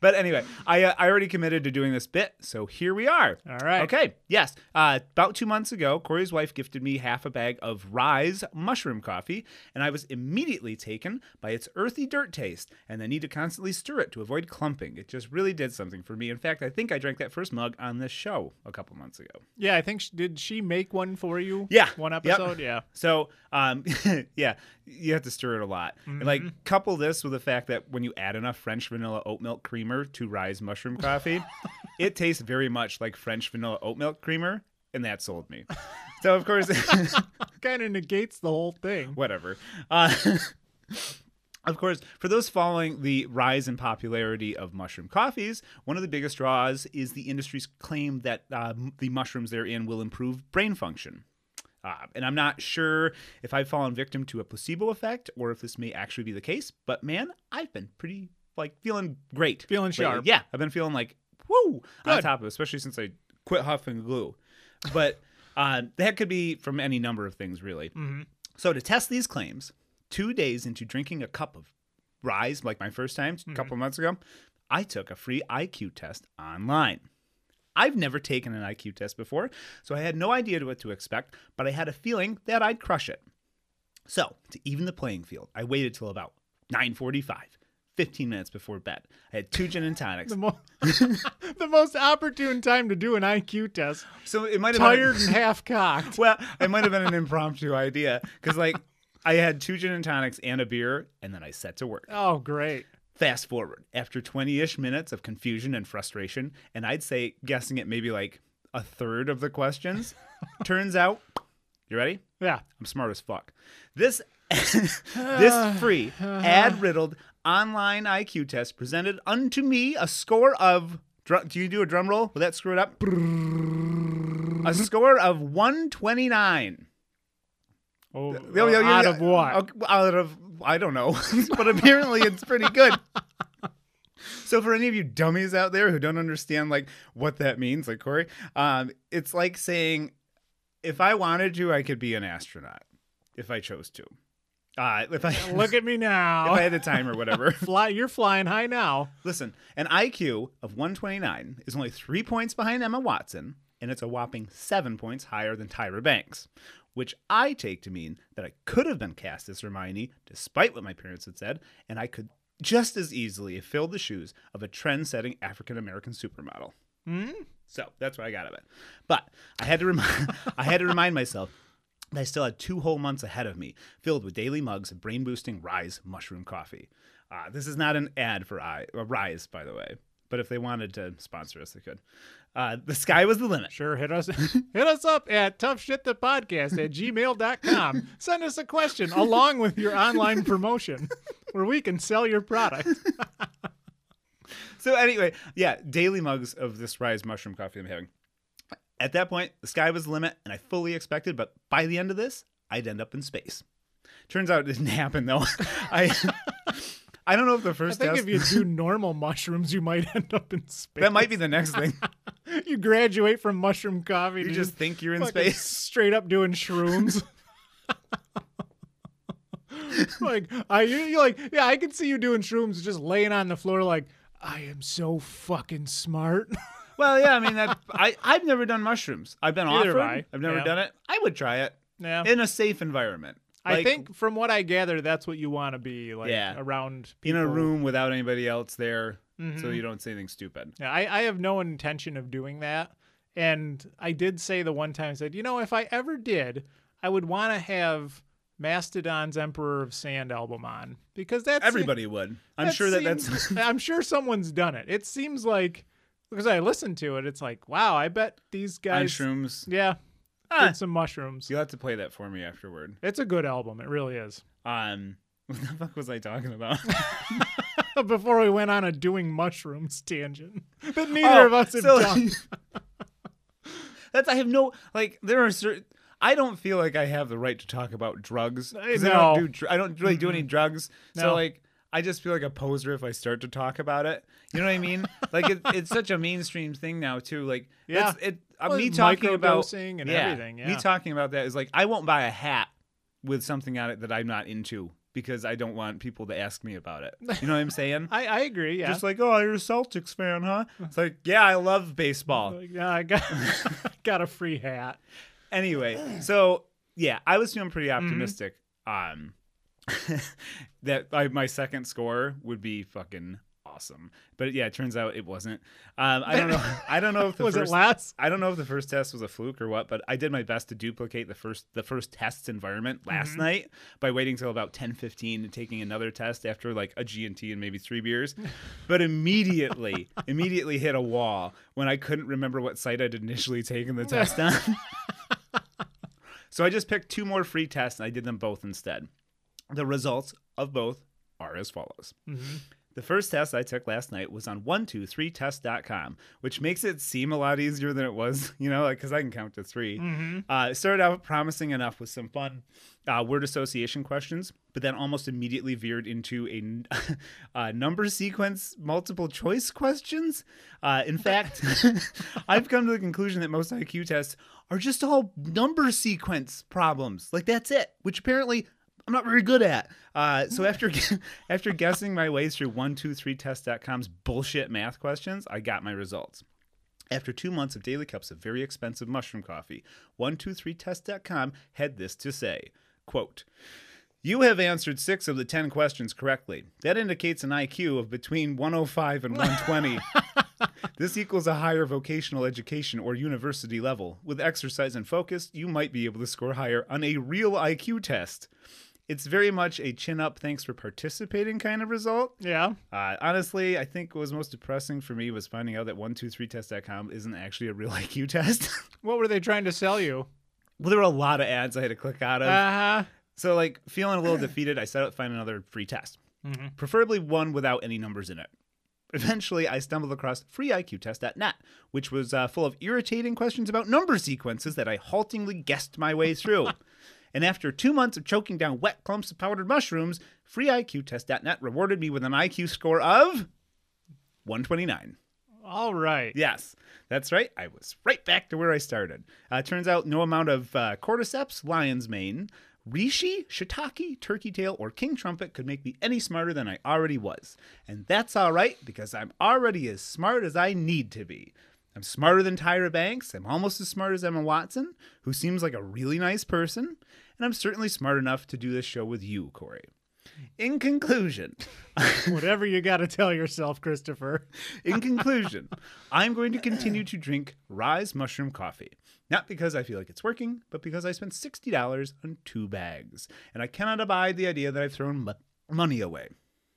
but anyway, I uh, I already committed to doing this bit, so here we are.
All right.
Okay. Yes. Uh, about two months ago, Corey's wife gifted me half a bag of Rise mushroom coffee, and I was immediately taken by its earthy dirt taste and the need to constantly stir it to avoid clumping. It just really did something for me. In fact, I think I drank that first mug on this show a couple months ago.
Yeah, I think she, did she make one for you?
Yeah.
One
Yep.
episode. Yeah.
So, um, yeah, you have to stir it a lot. And like, couple this with the fact that when you add enough French vanilla oat milk creamer to Rise mushroom coffee, it tastes very much like French vanilla oat milk creamer, and that sold me. So, of course,
Kind of negates the whole thing.
whatever. Uh, of course, for those following the rise in popularity of mushroom coffees, one of the biggest draws is the industry's claim that uh, m- the mushrooms they're in will improve brain function. Uh, and I'm not sure if I've fallen victim to a placebo effect or if this may actually be the case, but man, I've been pretty, like, feeling great.
Feeling
lately.
sharp.
Yeah, I've been feeling like, woo, on
Good.
top of it, especially since I quit huffing glue. But uh, that could be from any number of things, really.
Mm-hmm.
So to test these claims, two days into drinking a cup of rise, like my first time a couple months ago, I took a free IQ test online. I've never taken an IQ test before, so I had no idea what to expect, but I had a feeling that I'd crush it. So, to even the playing field, I waited till about 9:45, 15 minutes before bed. I had two gin and tonics.
The, mo- the most opportune time to do an IQ test.
So it might have been-
Tired and half cocked.
well, it might have been an impromptu idea because, like, I had two gin and tonics and a beer, and then I set to work.
Oh, great.
Fast forward, after 20 ish minutes of confusion and frustration, and I'd say guessing at maybe like a third of the questions, turns out, you ready?
Yeah.
I'm smart as fuck. This this free ad riddled online IQ test presented unto me a score of dru- do you do a drum roll? Will that screw it up? A score of 129.
Oh,
Yo, yo, yo,
out
yo.
of what?
Okay, Out of I don't know, but apparently it's pretty good. So for any of you dummies out there who don't understand like what that means, like Corey, um, it's like saying, if I wanted to, I could be an astronaut if I chose to. Uh, if I if
Look at me now.
I had the time or whatever.
Fly, you're flying high now.
Listen, an IQ of 129 is only three points behind Emma Watson, and it's a whopping seven points higher than Tyra Banks, which I take to mean that I could have been cast as Hermione, despite what my parents had said, and I could just as easily have filled the shoes of a trend setting African American supermodel. So that's what I got of it. But I had to remind I had to remind myself They still had two whole months ahead of me, filled with daily mugs of brain boosting Rise mushroom coffee. Uh, this is not an ad for I, uh, Rise, by the way, but if they wanted to sponsor us, they could. Uh, the sky was the limit.
Sure, hit us hit us up at toughshitthepodcast at gmail.com. Send us a question along with your online promotion where we can sell your product.
So, anyway, yeah, daily mugs of this Rise mushroom coffee I'm having. At that point, the sky was the limit, and I fully expected, but by the end of this, I'd end up in space. Turns out it didn't happen, though. I. I don't know if the
I
first
think
test
if you do normal mushrooms, you might end up in space.
that might be the next thing.
you graduate from mushroom coffee.
You
to
just think you're in
fucking
space.
straight up doing shrooms. like I, you you're like, yeah, I could see you doing shrooms, just laying on the floor, like I am so fucking smart.
Well, yeah, I mean, that, I I've never done mushrooms. I've been
Neither
offered.
have I.
I've never
Yeah.
done it. I would try it
yeah,
in a safe environment.
I
Like,
think from what I gather, that's what you want to be like
Yeah.
around
in
people.
a room without anybody else there, so
Mhm.
you don't say anything stupid.
Yeah, I, I have no intention of doing that. And I did say the one time I said, you know, if I ever did, I would want to have Mastodon's Emperor of Sand album on because that's
Everybody would. I'm sure that that's.
seems- I'm sure someone's done it. It seems like because I listened to it, it's like, wow, I bet these
On
guys,
shrooms.
yeah,
Ah.
did some mushrooms.
You'll have to play that for me afterward.
It's a good album, it really is.
Um, what the fuck was I talking about?
Before we went on a doing mushrooms tangent that neither
Oh,
of us have
so-
done.
that's I have no like. There are certain. I don't feel like I have the right to talk about drugs. 'cause I
No.
don't do. Dr- I don't really do any drugs.
No.
So like, I just feel like a poser if I start to talk about it. You know what I mean? like it, it's such a mainstream thing now too. Like
Yeah.
it's, it. uh,
Well,
me talking about
microdosing and everything, yeah.
me talking about that is like I won't buy a hat with something on it that I'm not into because I don't want people to ask me about it. You know what I'm saying?
I, I agree. Yeah,
Just like, oh, you're a Celtics fan, huh? It's like, yeah, I love baseball.
Like, yeah, I got got a free hat.
anyway, so yeah, I was feeling pretty
Mm-hmm.
optimistic. Um, that I, my second score would be fucking awesome, but yeah, it turns out it wasn't. Um, I don't know. I don't know if the
Was
first,
it last?
I don't know if the first test was a fluke or what, but I did my best to duplicate the first the first test's environment last night by waiting till about 10:15 and taking another test after like a G&T and maybe 3 beers. But immediately immediately hit a wall when I couldn't remember what site I'd initially taken the test on. so I just picked two more free tests and I did them both instead. The results of both are as follows.
Mm-hmm.
The first test I took last night was on 123test.com, which makes it seem a lot easier than it was, you know, like because I can count to 3
Mm-hmm.
Uh, it started out promising enough with some fun uh, word association questions, but then almost immediately veered into a, n- uh, number sequence multiple choice questions. Uh, in fact, I've come to the conclusion that most IQ tests are just all number sequence problems. Like that's it, which apparently I'm not very good at. Uh, so after after guessing my way through 123test.com's bullshit math questions, I got my results. After two months of daily cups of very expensive mushroom coffee, 123test.com had this to say, quote, you have answered six of the 10 questions correctly. That indicates an IQ of between 105 and 120. This equals a higher vocational education or university level. With exercise and focus, you might be able to score higher on a real IQ test. It's very much a chin up, thanks for participating kind of result.
Yeah,
Uh, honestly, I think what was most depressing for me was finding out that 123test.com isn't actually a real IQ test.
what were they trying to sell you?
well, there were a lot of ads I had to click out of.
Uh huh.
So, like, feeling a little defeated, I set out to find another free test, preferably one without any numbers in it. Eventually, I stumbled across freeiqtest.net, which was uh, full of irritating questions about number sequences that I haltingly guessed my way through. and after two months of choking down wet clumps of powdered mushrooms, freeiqtest.net rewarded me with an IQ score of 129.
All right.
Yes, that's right. I was right back to where I started. Uh, turns out no amount of uh, cordyceps, lion's mane, reishi, shiitake, turkey tail, or king trumpet could make me any smarter than I already was. And that's all right because I'm already as smart as I need to be. I'm smarter than Tyra Banks. I'm almost as smart as Emma Watson, who seems like a really nice person. And I'm certainly smart enough to do this show with you, Corey. In conclusion,
Whatever you got to tell yourself, Christopher.
in conclusion, I'm going to continue to drink Rise Mushroom Coffee. Not because I feel like it's working, but because I spent $60 on two bags. And I cannot abide the idea that I've thrown mo- money away.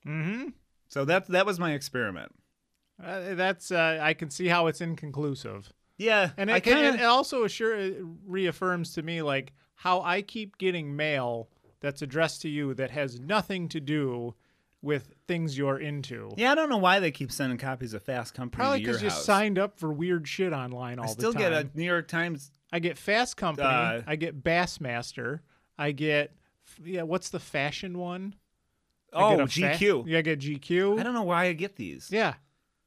Mm-hmm.
So that, that was my experiment.
Uh, that's uh, I can see how it's inconclusive,
Yeah.
and
I
it,
kinda-
and it also assure it reaffirms to me like how I keep getting mail that's addressed to you that has nothing to do with things you're into.
Yeah, I don't know why they keep sending copies of Fast Company
Probably
to your
because you
house.
signed up for weird shit online all
I still
the time.
get a New York Times.
I get Fast Company.
Uh,
I get Bassmaster. I get f- yeah. What's the fashion one? I
Oh,
get a fa-
GQ.
yeah, I get GQ.
I don't know why I get these.
yeah.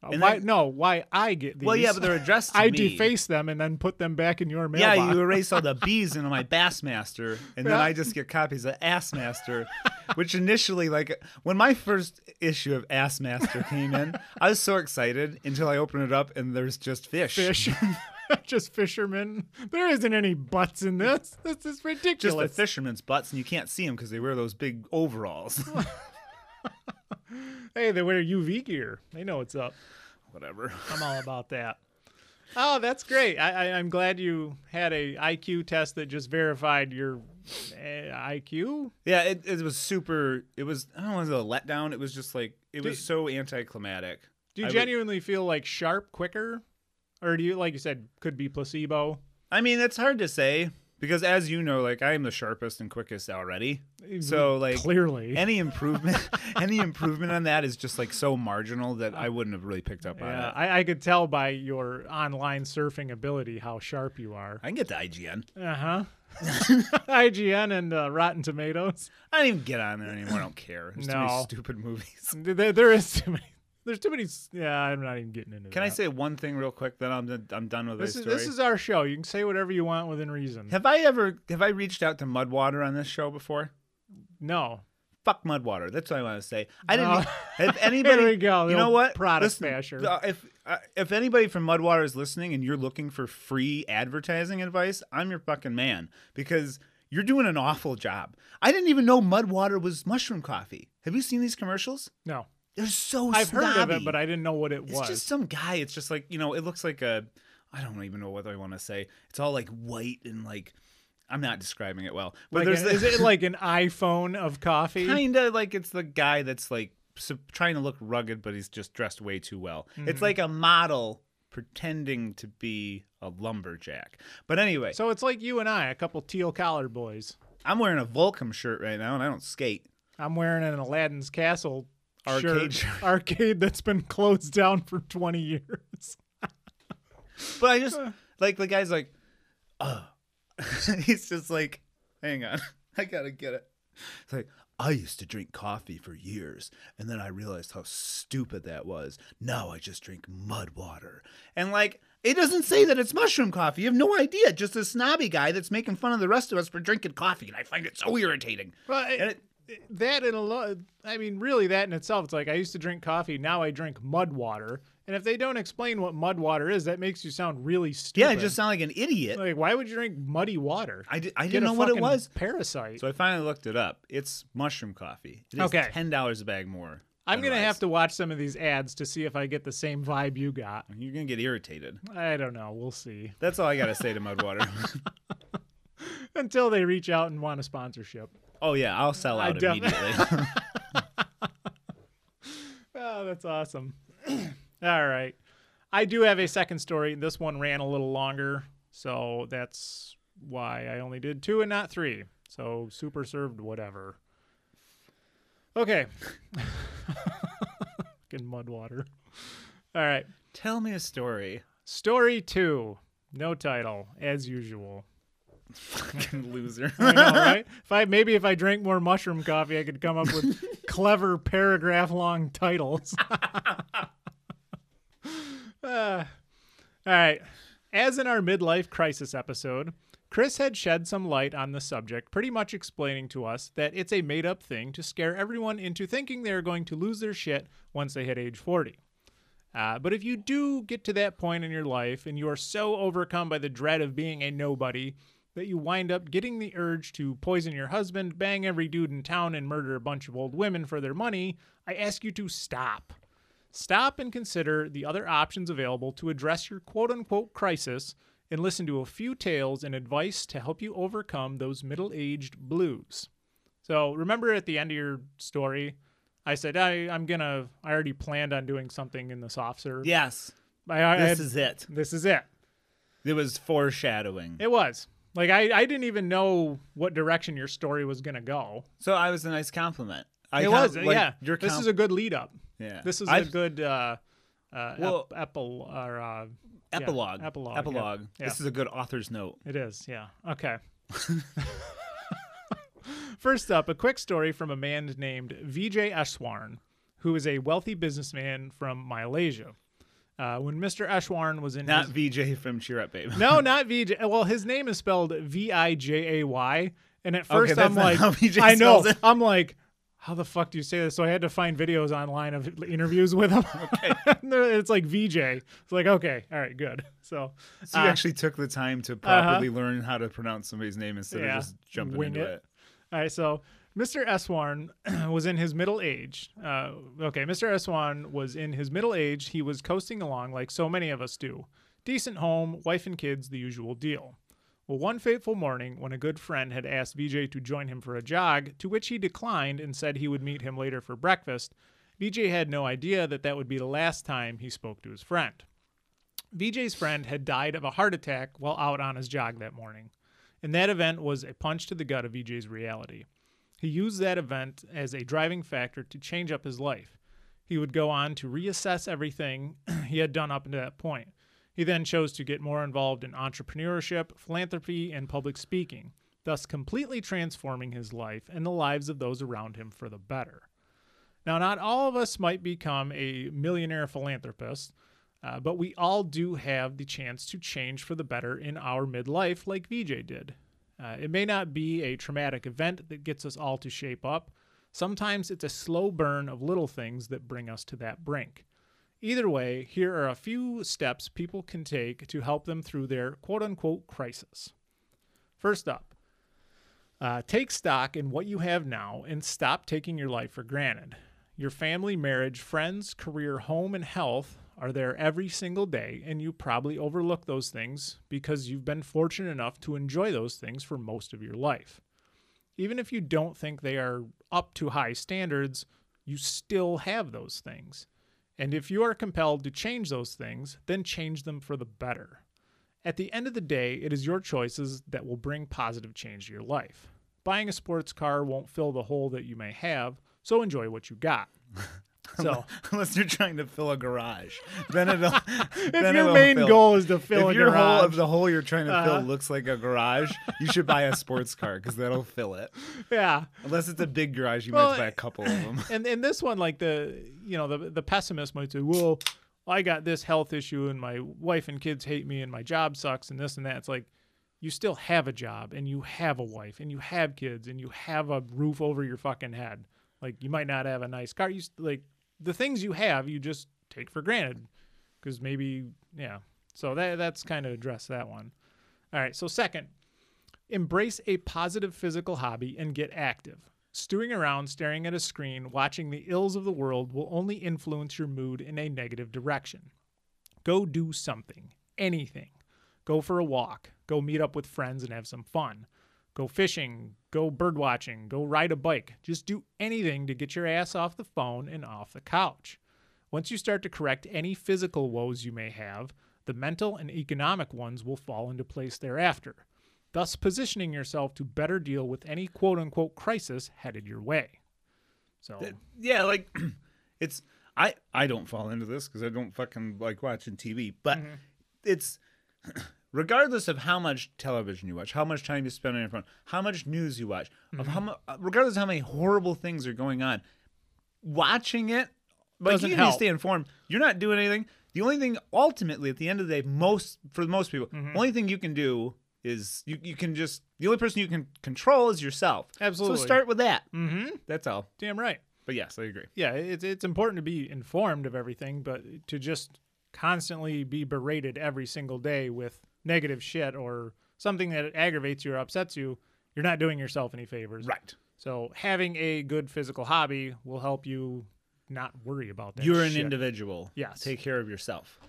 Uh,
And
why?
then-
no, why I get these?
Well, yeah, but they're addressed to
I
me.
deface them and then put them back in your
Yeah,
mailbox.
you erase all the B's into my Bassmaster, and then
Yeah.
I just get copies of Assmaster, which initially, like, when my first issue of Assmaster came in, I was so excited until I opened it up and there's just fish.
fish. Just fishermen. There isn't any butts in this. This is
Just the
ridiculous.
fishermen's butts, and you can't see them because they wear those big overalls.
hey, they wear UV gear. They know what's up.
Whatever.
I'm all about that. Oh, that's great. I, I, I'm glad you had a IQ test that just verified your uh, IQ.
Yeah, it, it was super. It was I don't know, was it a letdown. It was just like it was
Dude.
so anticlimactic.
Do you
I would-
genuinely feel like sharp quicker, or do you, like you said, could be placebo?
I mean, it's hard to say because, as you know, like I am the sharpest and quickest already. So like
Clearly,
any improvement, any improvement on that is just like so marginal that I wouldn't have really picked up on
yeah,
it.
I, I could tell by your online surfing ability how sharp you are.
I can get to IGN.
Uh huh. IGN and uh, Rotten Tomatoes.
I don't even get on there anymore. I don't care. There's too
No.
many stupid movies.
There, there is too many. There's too many. s- Yeah, I'm not even getting into.
Can I
that.
say one thing real quick? Then I'm done- I'm done with
this
my
is
story.
this is our show? You can say whatever you want within reason.
have I ever have I reached out to Mudwater on this show before?
No.
fuck Mudwater. That's what I want to say. I didn't.
Oh.
If anybody,
Here we go, the
You know
old
what?
product
Listen,
basher.
uh, If uh, if anybody from Mudwater is listening and you're looking for free advertising advice, I'm your fucking man because you're doing an awful job. I didn't even know Mudwater was mushroom coffee. Have you seen these commercials?
No.
They're so.
I've heard of it,
snobby.
but I didn't know what it
It's
was.
just some guy. It's just like you know. It looks like a. I don't even know what I want to say. It's all like white and like. I'm not describing it well, but
Like
there's
an-
the-
is it like an iPhone of coffee?
kind of like it's the guy that's like su- trying to look rugged, but he's just dressed way too well. It's like a model pretending to be a lumberjack. But anyway,
So it's like you and I, a couple teal collar boys.
I'm wearing a Volcom shirt right now, and I don't skate.
I'm wearing an Aladdin's Castle
Arcade
shirt, arcade that's been closed down for 20 years.
But I just like the guy's like, oh, he's just like, hang on, I gotta get it. It's like I used to drink coffee for years, and then I realized how stupid that was. Now I just drink mud water, and like. It doesn't say that it's mushroom coffee. You have no idea. Just a snobby guy that's making fun of the rest of us for drinking coffee, and I find it so irritating.
Well,
And
it,
it,
that in a lot, I mean, really, that in itself, it's like I used to drink coffee, now I drink mud water. And if they don't explain what mud water is, that makes you sound really stupid.
yeah, I just sound like an idiot.
like why would you drink muddy water?
I, di- I
Get
didn't
a
know what it
fucking
was.
Parasite.
So I finally looked it up. It's mushroom coffee. It is
Okay.
$10 a bag more.
I'm
than
gonna
rice.
have to watch some of these ads to see if I get the same vibe you got.
You're gonna get irritated.
I don't know. We'll see.
That's all I gotta say to Mudwater.
Until they reach out and want a sponsorship.
oh yeah, I'll sell
I
out
def-
immediately.
Oh, that's awesome. All right. I do have a second story. This one ran a little longer, so that's why I only did two and not three. So super served whatever. Okay. Fucking mud water. All right.
Tell me a story.
Story two. No title, as usual.
Fucking loser.
I know, right? If I maybe if I drank more mushroom coffee, I could come up with clever paragraph long titles. Uh, all right. As in our midlife crisis episode, Chris had shed some light on the subject, pretty much explaining to us that it's a made up thing to scare everyone into thinking they are going to lose their shit once they hit age 40. Uh, but if you do get to that point in your life and you are so overcome by the dread of being a nobody that you wind up getting the urge to poison your husband, bang every dude in town, and murder a bunch of old women for their money, I ask you to stop. Stop and consider the other options available to address your quote unquote crisis and listen to a few tales and advice to help you overcome those middle aged blues. So remember at the end of your story, I said, I, I'm going to, I already planned on doing something in the soft serve.
Yes.
I, I
This
had-
is it.
this is it.
It was foreshadowing.
It was. Like I, I didn't even know what direction your story was gonna go.
So I was a nice compliment. I
It
com-
was,
like,
yeah.
Your
this is a good lead up.
yeah.
This is a
I've-
good uh, uh,
Well-
ep- epil- or, uh, yeah,
epilogue.
epilogue. yeah.
Epilogue.
Yeah.
This is a good author's note.
It is, yeah. Okay. First up, a quick story from a man named Vijay Eshwarn, who is a wealthy businessman from Malaysia. Uh, when Mr. Eshwarn was in
Not
his-
VJ from Cheer Up Babe.
No, not VJ. Well, his name is spelled V I J A Y, and at first
that's
I'm
not
like,
how VJ
I know.
spells it.
I'm like, how the fuck do you say this? So I had to find videos online of interviews with him. And they're- it's like VJ. It's like okay, all right, good. So,
So you
uh,
actually took the time to properly learn how to pronounce somebody's name instead
Uh-huh. Yeah.
of just jumping
Wing
into
it.
it.
All right, so Mr. Eswan was in his middle age. Uh, okay, Mr. Eswan was in his middle age. He was coasting along like so many of us do. Decent home, wife and kids, the usual deal. Well, one fateful morning, when a good friend had asked Vijay to join him for a jog, to which he declined and said he would meet him later for breakfast, Vijay had no idea that that would be the last time he spoke to his friend. Vijay's friend had died of a heart attack while out on his jog that morning, and that event was a punch to the gut of Vijay's reality. He used that event as a driving factor to change up his life. He would go on to reassess everything he had done up to that point. He then chose to get more involved in entrepreneurship, philanthropy, and public speaking, thus completely transforming his life and the lives of those around him for the better. Now, not all of us might become a millionaire philanthropist, uh, but we all do have the chance to change for the better in our midlife, like Vijay did. Uh, it may not be a traumatic event that gets us all to shape up. Sometimes it's a slow burn of little things that bring us to that brink. Either way, here are a few steps people can take to help them through their quote unquote crisis. First up, uh, take stock in what you have now and stop taking your life for granted. Your family, marriage, friends, career, home, and health are there every single day, and you probably overlook those things because you've been fortunate enough to enjoy those things for most of your life. Even if you don't think they are up to high standards, you still have those things. And if you are compelled to change those things, then change them for the better. At the end of the day, it is your choices that will bring positive change to your life. Buying a sports car won't fill the hole that you may have, so enjoy what you got. So,
Unless you're trying to fill a garage, then it'll. if
if your main goal is to fill
if
a
your
garage, Uh-huh.
hole of the hole you're trying to fill looks like a garage, you should buy a sports car because that'll fill it.
yeah.
Unless it's a big garage, you
Well,
might buy a couple of them.
And and this one, like the you know the the pessimist might say, well, I got this health issue, and my wife and kids hate me, and my job sucks, and this and that. It's like you still have a job, and you have a wife, and you have kids, and you have a roof over your fucking head. Like you might not have a nice car. You s- like the things you have, you just take for granted because maybe yeah. So that that's kind of addressed that one. All right. So second, Embrace a positive physical hobby and get active. Stewing around, staring at a screen, watching the ills of the world will only influence your mood in a negative direction. Go do something, anything. Go for a walk, go meet up with friends and have some fun. Go fishing, go birdwatching, go ride a bike. Just do anything to get your ass off the phone and off the couch. Once you start to correct any physical woes you may have, the mental and economic ones will fall into place thereafter, thus positioning yourself to better deal with any quote unquote crisis headed your way. So,
yeah, like it's I I don't fall into this because I don't fucking like watching TV, but it's regardless of how much television you watch, how much time you spend on your phone, how much news you watch, of how mu- uh, regardless of how many horrible things are going on, watching it like
Doesn't
you need to
help.
stay informed. You're not doing anything. The only thing ultimately at the end of the day, most for most people, only thing you can do is you, you can just the only person you can control is yourself.
Absolutely.
So start with that. Mm-hmm. That's all.
damn right.
But yes, I agree.
Yeah, it's, it's important to be informed of everything, but to just constantly be berated every single day with negative shit or something that aggravates you or upsets you, you're not doing yourself any favors.
Right.
So having a good physical hobby will help you not worry about that.
You're an
shit.
individual.
Yes.
Take care of yourself.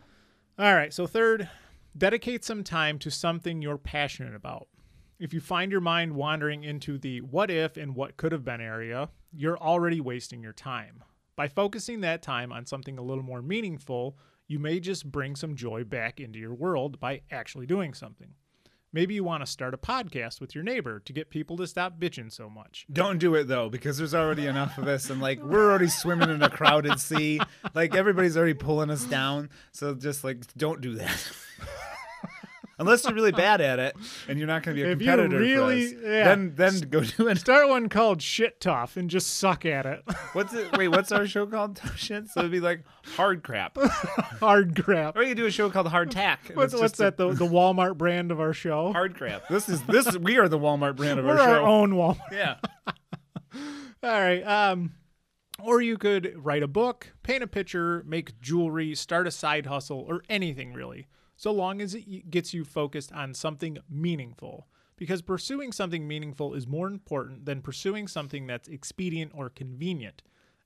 All right. So, third, dedicate some time to something you're passionate about. If you find your mind wandering into the what if and what could have been area, you're already wasting your time. By focusing that time on something a little more meaningful, you may just bring some joy back into your world by actually doing something. Maybe you want to start a podcast with your neighbor to get people to stop bitching so much.
Don't do it though, because there's already enough of us, and like we're already swimming in a crowded sea. Like everybody's already pulling us down. So just like don't do that. Unless you're really bad at it, and you're not going to be a
If you
competitor, for
really-
us,
yeah.
then then go do it.
Start one called Shit Tough and just suck at it.
What's it? Wait, what's our show called? Tough Shit. So it'd be like hard crap,
Hard crap.
or you do a show called Hard Tack. and
What's,
it's
what's
just a
that? The, the Walmart brand of our show?
Hard crap. This is this. is- We are the Walmart brand of
We're
our show.
our own Walmart.
Yeah.
All right. Um, or you could write a book, paint a picture, make jewelry, start a side hustle, or anything really, so long as it y- gets you focused on something meaningful. Because pursuing something meaningful is more important than pursuing something that's expedient or convenient.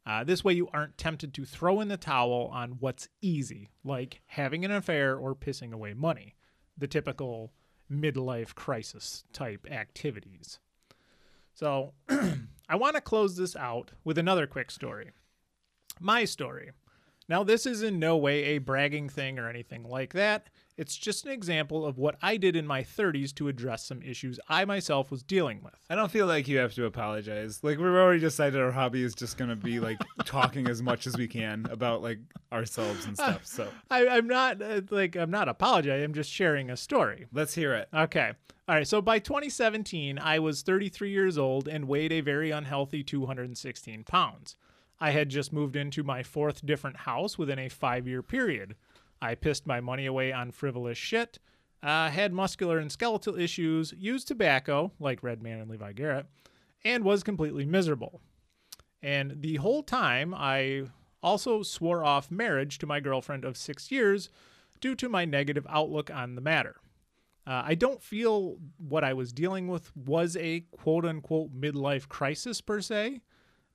Uh, this way, you aren't tempted to throw in the towel on what's easy, like having an affair or pissing away money, the typical midlife crisis type activities. So I want to close this out with another quick story. My story. Now, this is in no way a bragging thing or anything like that. It's just an example of what I did in my 30s to address some issues I myself was dealing with.
I don't feel like you have to apologize. Like we've already decided our hobby is just gonna be like talking as much as we can about like ourselves and stuff. So
I, I'm not uh, like I'm not apologizing. I'm just sharing a story.
let's hear it.
Okay. All right. So by 2017, I was 33 years old and weighed a very unhealthy 216 pounds. I had just moved into my fourth different house within a five year period. I pissed my money away on frivolous shit, uh, had muscular and skeletal issues, used tobacco, like Redman and Levi Garrett, and was completely miserable. And the whole time, I also swore off marriage to my girlfriend of six years due to my negative outlook on the matter. Uh, I don't feel what I was dealing with was a quote unquote midlife crisis per se,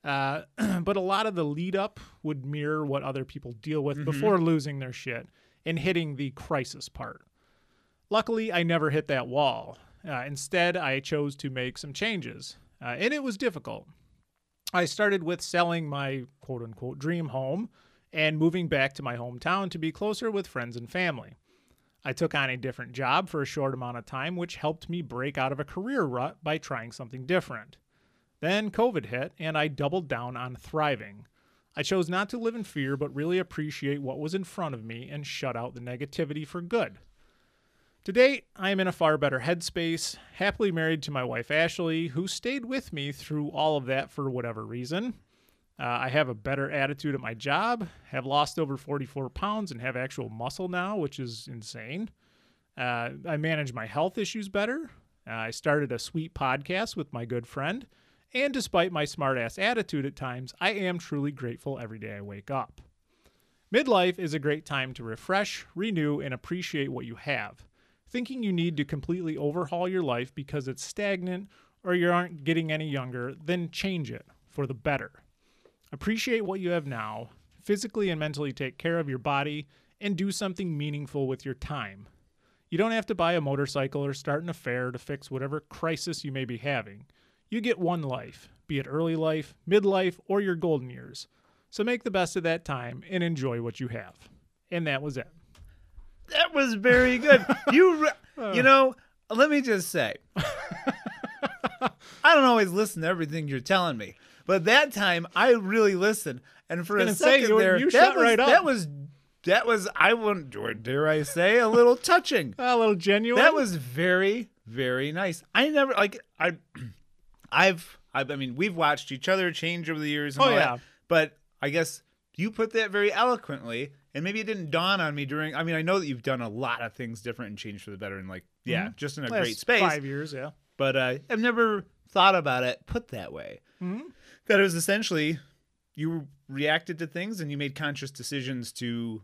uh, but a lot of the lead up would mirror what other people deal with before losing their shit and hitting the crisis part. Luckily, I never hit that wall. Uh, instead, I chose to make some changes, uh, and it was difficult. I started with selling my quote unquote dream home and moving back to my hometown to be closer with friends and family. I took on a different job for a short amount of time, which helped me break out of a career rut by trying something different. Then COVID hit, and I doubled down on thriving. I chose not to live in fear, but really appreciate what was in front of me and shut out the negativity for good. To date, I am in a far better headspace, happily married to my wife Ashley, who stayed with me through all of that for whatever reason. Uh, I have a better attitude at my job, have lost over 44 pounds, and have actual muscle now, which is insane. Uh, I manage my health issues better. Uh, I started a sweet podcast with my good friend. And despite my smartass attitude at times, I am truly grateful every day I wake up. Midlife is a great time to refresh, renew, and appreciate what you have. Thinking you need to completely overhaul your life because it's stagnant or you aren't getting any younger, then change it for the better. Appreciate what you have now, physically and mentally take care of your body, and do something meaningful with your time. You don't have to buy a motorcycle or start an affair to fix whatever crisis you may be having. You get one life, be it early life, midlife, or your golden years. So make the best of that time and enjoy what you have. And that was it.
That was very good. You re- you know, let me just say, I don't always listen to everything you're telling me, but that time I really listened, and for a
Gonna say,
second
you-
there,
you
that
shut
was,
right up.
That was that was I wouldn't or dare I say a little touching.
A little genuine.
That was very, very nice. I never like I, I've, I've I mean we've watched each other change over the years. And
Oh,
all
yeah.
that, but I guess you put that very eloquently, and maybe it didn't dawn on me during. I mean, I know that you've done a lot of things different and changed for the better, and like yeah, just in a
Mm-hmm. Last
great space.
Five years, yeah.
But uh, I've never thought about it put that way.
Mm-hmm.
That it was essentially you reacted to things and you made conscious decisions to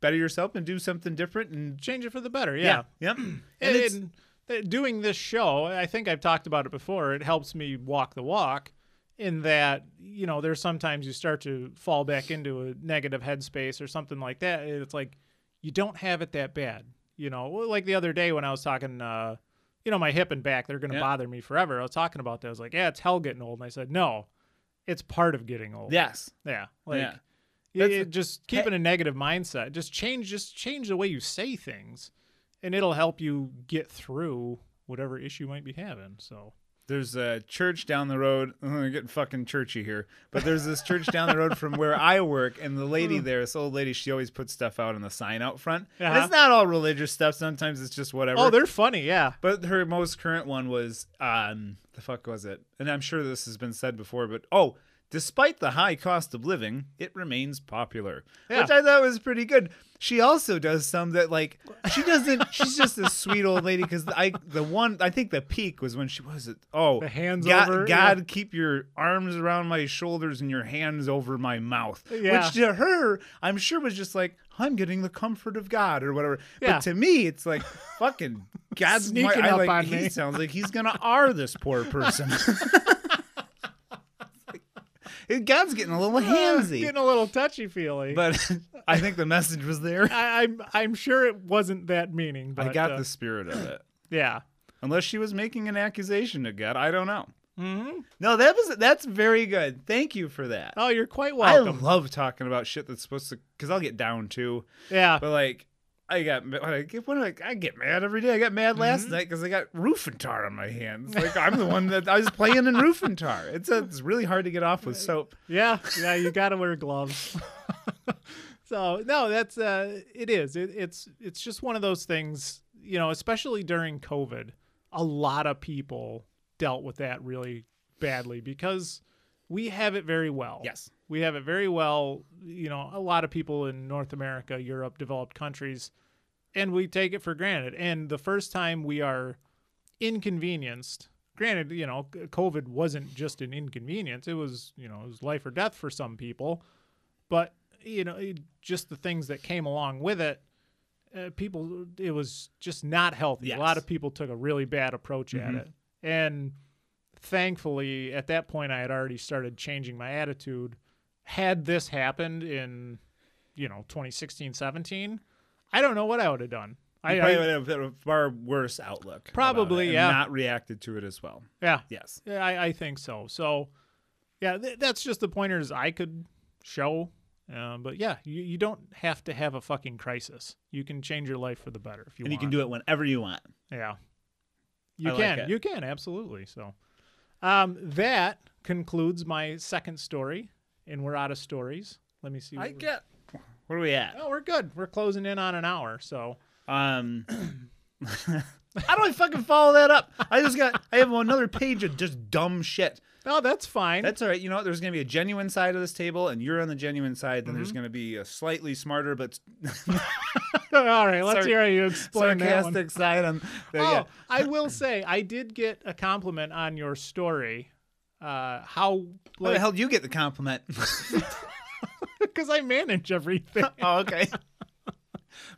better yourself and do something different and
Change it for the better, yeah.
yeah, yep.
And,
it's-
and that doing this show, I think I've talked about it before, it helps me walk the walk in that, you know, there's sometimes you start to fall back into a negative headspace or something like that. and It's like you don't have it that bad. You know, Well, like the other day when I was talking, uh, you know, my hip and back, they're going to
Yeah.
bother me forever. I was talking about that. I was like, yeah, it's hell getting old. And I said, no, it's part of getting old.
Yes.
Yeah. Like,
Yeah.
yeah,
That's
yeah,
a-
just keeping a negative mindset. Just change, just change the way you say things, and it'll help you get through whatever issue you might be having. So
There's a church down the road. I'm getting fucking churchy here, but there's this church down the road from where I work, and the lady
Hmm.
there, this old lady, she always puts stuff out on the sign out front. And
Uh-huh.
it's not all religious stuff. Sometimes it's just whatever.
oh, they're funny. Yeah.
But her most current one was um the fuck was it? And I'm sure this has been said before, but oh, despite the high cost of living, it remains popular.
Yeah.
Which I thought was pretty good. She also does some that like she doesn't she's just a sweet old lady cuz I the one I think the peak was when she was it oh
The hands
God,
over,
God keep your arms around my shoulders and your hands over my mouth.
Yeah.
Which to her, I'm sure was just like I'm getting the comfort of God or whatever.
Yeah.
But to me, it's like fucking God's
Sneaking
my- I
up
like-
on
he
me.
sounds like he's gonna R this poor person. God's getting a
Ah,
little handsy.
Getting a little touchy feely.
But I think the message was there.
I, I'm I'm sure it wasn't that meaning. But,
I got
uh,
the spirit of it.
Yeah.
Unless she was making an accusation to God, I don't know. No, that was that's very good. Thank you for that.
Oh, Mm-hmm. you're quite
I
welcome.
love talking about shit that's supposed to because I'll get down too.
yeah.
But like, I got ma- when I get when I, I get mad every day. I got mad last night because I got roofing tar on my hands. Like I'm the one that I was playing in roofing tar. It's a, it's really hard to get off with soap.
Yeah, yeah, you got to wear gloves. so no, that's uh, it is. It, it's it's just one of those things, you know, especially during COVID, a lot of people dealt with that really badly because we have it very well.
Yes.
we have it very well. You know, a lot of people in North America, Europe, developed countries, and we take it for granted. And the first time we are inconvenienced. Granted, you know, c- COVID wasn't just an inconvenience; it was, you know, it was life or death for some people. But you know, it, just the things that came along with it, uh, people, it was just not healthy. A lot
Yes.
of people took a really bad approach at it, and thankfully, at that point, I had already started changing my attitude. Had this happened in, you know, 2016, 17, I don't know what I would have done. I,
I,
I-
probably would have had a far worse outlook. about
Probably,
it and
yeah.
Not reacted to it as well.
yeah,
Yes.
Yeah, I, I think so. So, yeah, th- that's just the pointers I could show. Um, but yeah, you, you don't have to have a fucking crisis. You can change your life for the better if you
And you
want.
can do it whenever you want.
Yeah. You
I like
can.
it.
you can, absolutely. So um, that concludes my second story, and we're out of stories. Let me see.
I
we're-
get. Where are we at?
Oh, we're good. We're closing in on an hour. So
Um. How do I fucking follow that up? I just got. I have another page of just dumb shit.
no, Oh, that's fine.
That's all right. You know what? There's going to be a genuine side of this table, and you're on the genuine side. Then there's going to be a slightly smarter but
all right. Let's
Sar-
hear how you explain that one.
sarcastic side. On the,
Oh,
yeah.
I will say I did get a compliment on your story. Uh, how
How the
like
hell do you get the compliment?
because I manage everything.
oh, okay.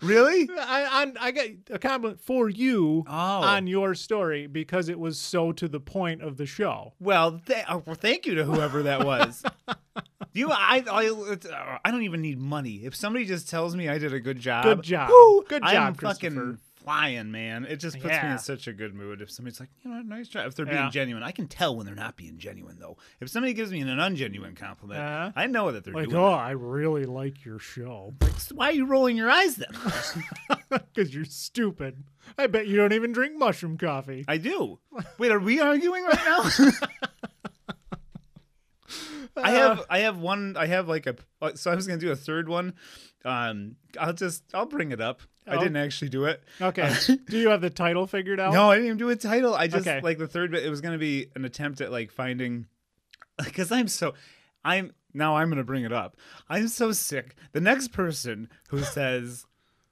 really?
I on, I got a compliment for you
Oh.
on your story because it was so to the point of the show.
Well, th- oh, well, thank you to whoever that was. you, I, I, it's, uh, I don't even need money. If somebody just tells me I did a good job,
Good job.
woo,
Good
I'm
job,
fucking
Christopher.
flying, man. It just puts me
Yeah.
in such a good mood. If somebody's like, you know, nice job. If they're
Yeah.
being genuine, I can tell when they're not being genuine, though. If somebody gives me an ungenuine compliment,
Uh-huh.
I know that they're
Like,
doing.
oh,
it.
I really like your show
So Why are you rolling your eyes then?
because you're stupid. I bet you don't even drink mushroom coffee.
I do. Wait, are we arguing right now? I have I have one I have like a uh, so I was gonna do a third one. Um, I'll just I'll bring it up. I
Oh.
didn't actually do it.
Okay, do you have the title figured out?
Uh, No, I didn't even do a title. I just
Okay.
like the third bit. It was gonna be an attempt at like finding because I'm so I'm now I'm gonna bring it up. I'm so sick. The next person who says.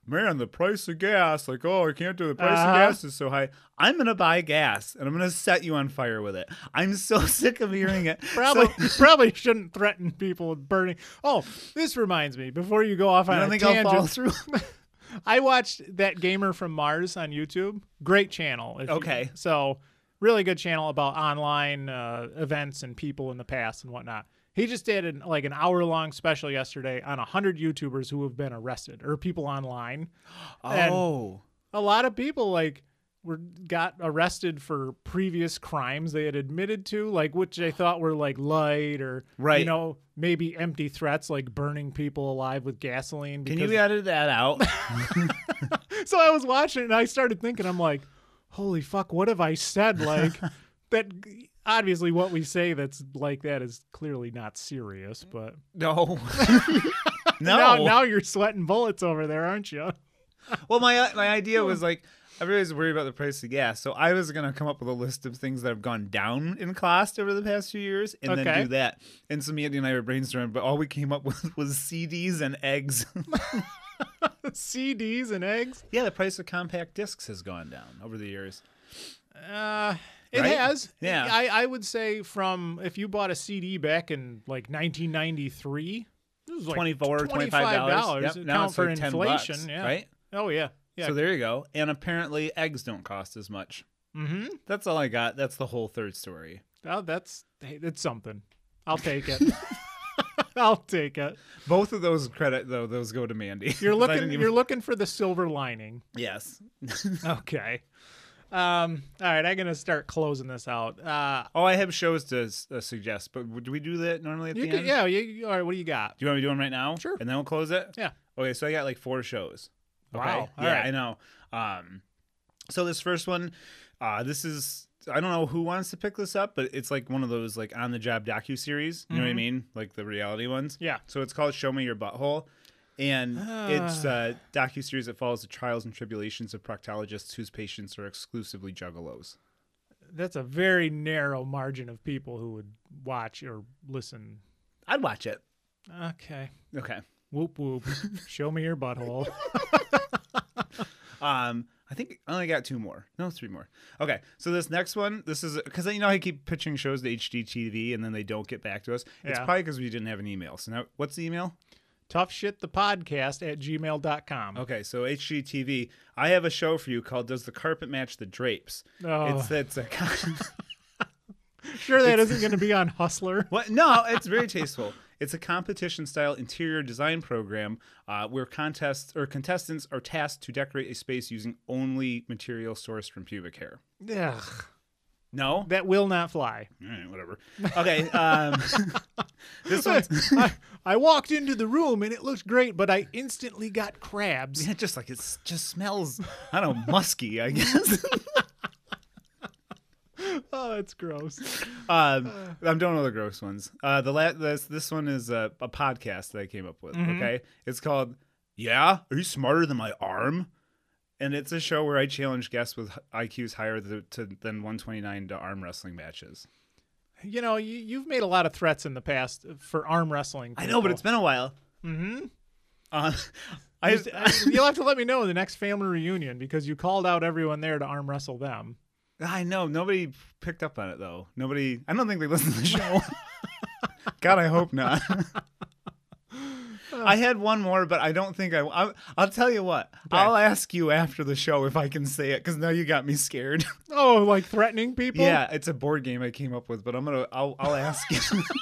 Man, the price of gas, like, oh, I can't do the price
Uh-huh.
of gas is so high. I'm gonna buy gas and I'm gonna set you on fire with it. I'm so sick of hearing it.
Probably,
So-
probably shouldn't threaten people with burning. Oh, this reminds me. Before you go off on
I
a
don't think I'll
tangent,
follow through.
I watched that gamer from Mars on YouTube. Great channel. if you-
Okay.
so really good channel about online uh, events and people in the past and whatnot. He just did an, like an hour long special yesterday on hundred YouTubers who have been arrested or people online. And-
Oh.
a lot of people like were got arrested for previous crimes they had admitted to, like which they thought were like light or you
Right.
know maybe empty threats like burning people alive with gasoline.
Can
because-
you edit that out?
so I was watching it and I started thinking, I'm like, holy fuck, what have I said? Like that. Obviously, what we say that's like that is clearly not serious, but
no. no.
now, now you're sweating bullets over there, aren't you?
Well, my uh, my idea
Hmm.
was like everybody's worried about the price of gas, so I was gonna come up with a list of things that have gone down in cost over the past few years, and
Okay.
then do that. And so Mandy and I were brainstorming, but all we came up with was CDs and eggs.
CDs and eggs.
yeah, the price of compact discs has gone down over the years.
Uh, it
Right?
has.
Yeah.
I, I would say from if you bought a CD back in like 1993, it was like
Twenty four, twenty five
$25.
dollars.
Account
Now it's
for
like ten bucks,
inflation. yeah.
right?
Oh, yeah. Yeah.
So there you go. And apparently, eggs don't cost as much.
mm-hmm.
That's all I got. That's the whole third story.
Oh, that's hey, it's something. I'll take it. I'll take it.
Both of those credit though, those go to Mandy.
You're
'Cause I
looking.
didn't even-
You're looking for the silver lining.
yes.
Okay. Um. All right. I'm gonna start closing this out. Uh.
Oh, I have shows to s- uh, suggest, but do we do that normally at
You
the
can,
end?
yeah. You, you- all right. What do you got?
Do you want me to do them right now?
Sure.
And then we'll close it?
Yeah.
Okay, so I got like four shows.
Wow. All
yeah,
right.
I know. Um, so this first one, uh, this is I don't know who wants to pick this up, but it's like one of those like on the job docu series. You know what I
Mhm.
mean? Like the reality ones.
Yeah. Ah.
So it's called Show Me Your Butthole. And it's a docu series that follows the trials and tribulations of proctologists whose patients are exclusively juggalos.
That's a very narrow margin of people who would watch or listen.
I'd watch it.
Okay.
Okay.
Whoop whoop. Show me your butthole.
Um, I think I only got two more. No, three more. Okay, so this next one, this is because you know I keep pitching shows to HDTV and then they don't get back to us. It's
Yeah.
probably because we didn't have an email. So now, what's the email?
Tough shit. The podcast at gmail.com.
Okay, so HGTV, I have a show for you called "Does the Carpet Match the Drapes?"
Oh.
It's it's a con-
Sure, that isn't going to be on Hustler.
what? No, it's very tasteful. It's a competition-style interior design program uh, where contests or contestants are tasked to decorate a space using only material sourced from pubic hair.
Ugh.
No,
That will not fly.
Eh, whatever. Okay. Um, this one's
I, I walked into the room and it looked great, but I instantly got crabs.
Yeah, just like it's just smells. I don't know, musky. I guess.
Oh, that's gross.
Um, I'm doing all the gross ones. Uh, the la- this this one is a, a podcast that I came up with. Okay, it's called "Yeah, Are You Smarter Than My Arm?" And it's a show where I challenge guests with IQs higher to, to than 129 to arm wrestling matches.
You know, you, you've made a lot of threats in the past for arm wrestling.
I know, but it's been a while.
Mm-hmm.
Uh, I,
I, uh, you'll have to let me know in the next family reunion because you called out everyone there to arm wrestle them.
I know nobody picked up on it though. Nobody. I don't think they listened to the show. God, I hope not. I had one more, but I don't think I. I I'll tell you what. I'll ask you after the show if I can say it, because now you got me scared.
Oh, like threatening people?
yeah, it's a board game I came up with, but I'm gonna. I'll, I'll ask you.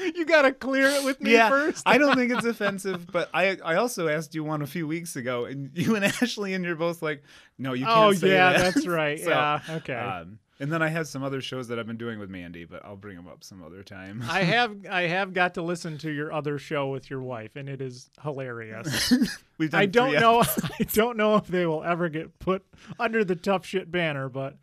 You got to clear it with me
yeah,
first.
I don't think it's offensive, but I I also asked you one a few weeks ago, and you and Ashley and you're both like, no, you can't.
oh,
say
yeah,
that."
that's right.
So,
yeah, okay.
Um, and then I have some other shows that I've been doing with Mandy, but I'll bring them up some other time.
I have I have got to listen to your other show with your wife, and it is hilarious.
We've done
I don't
three-
know I don't know if they will ever get put under the tough shit banner, but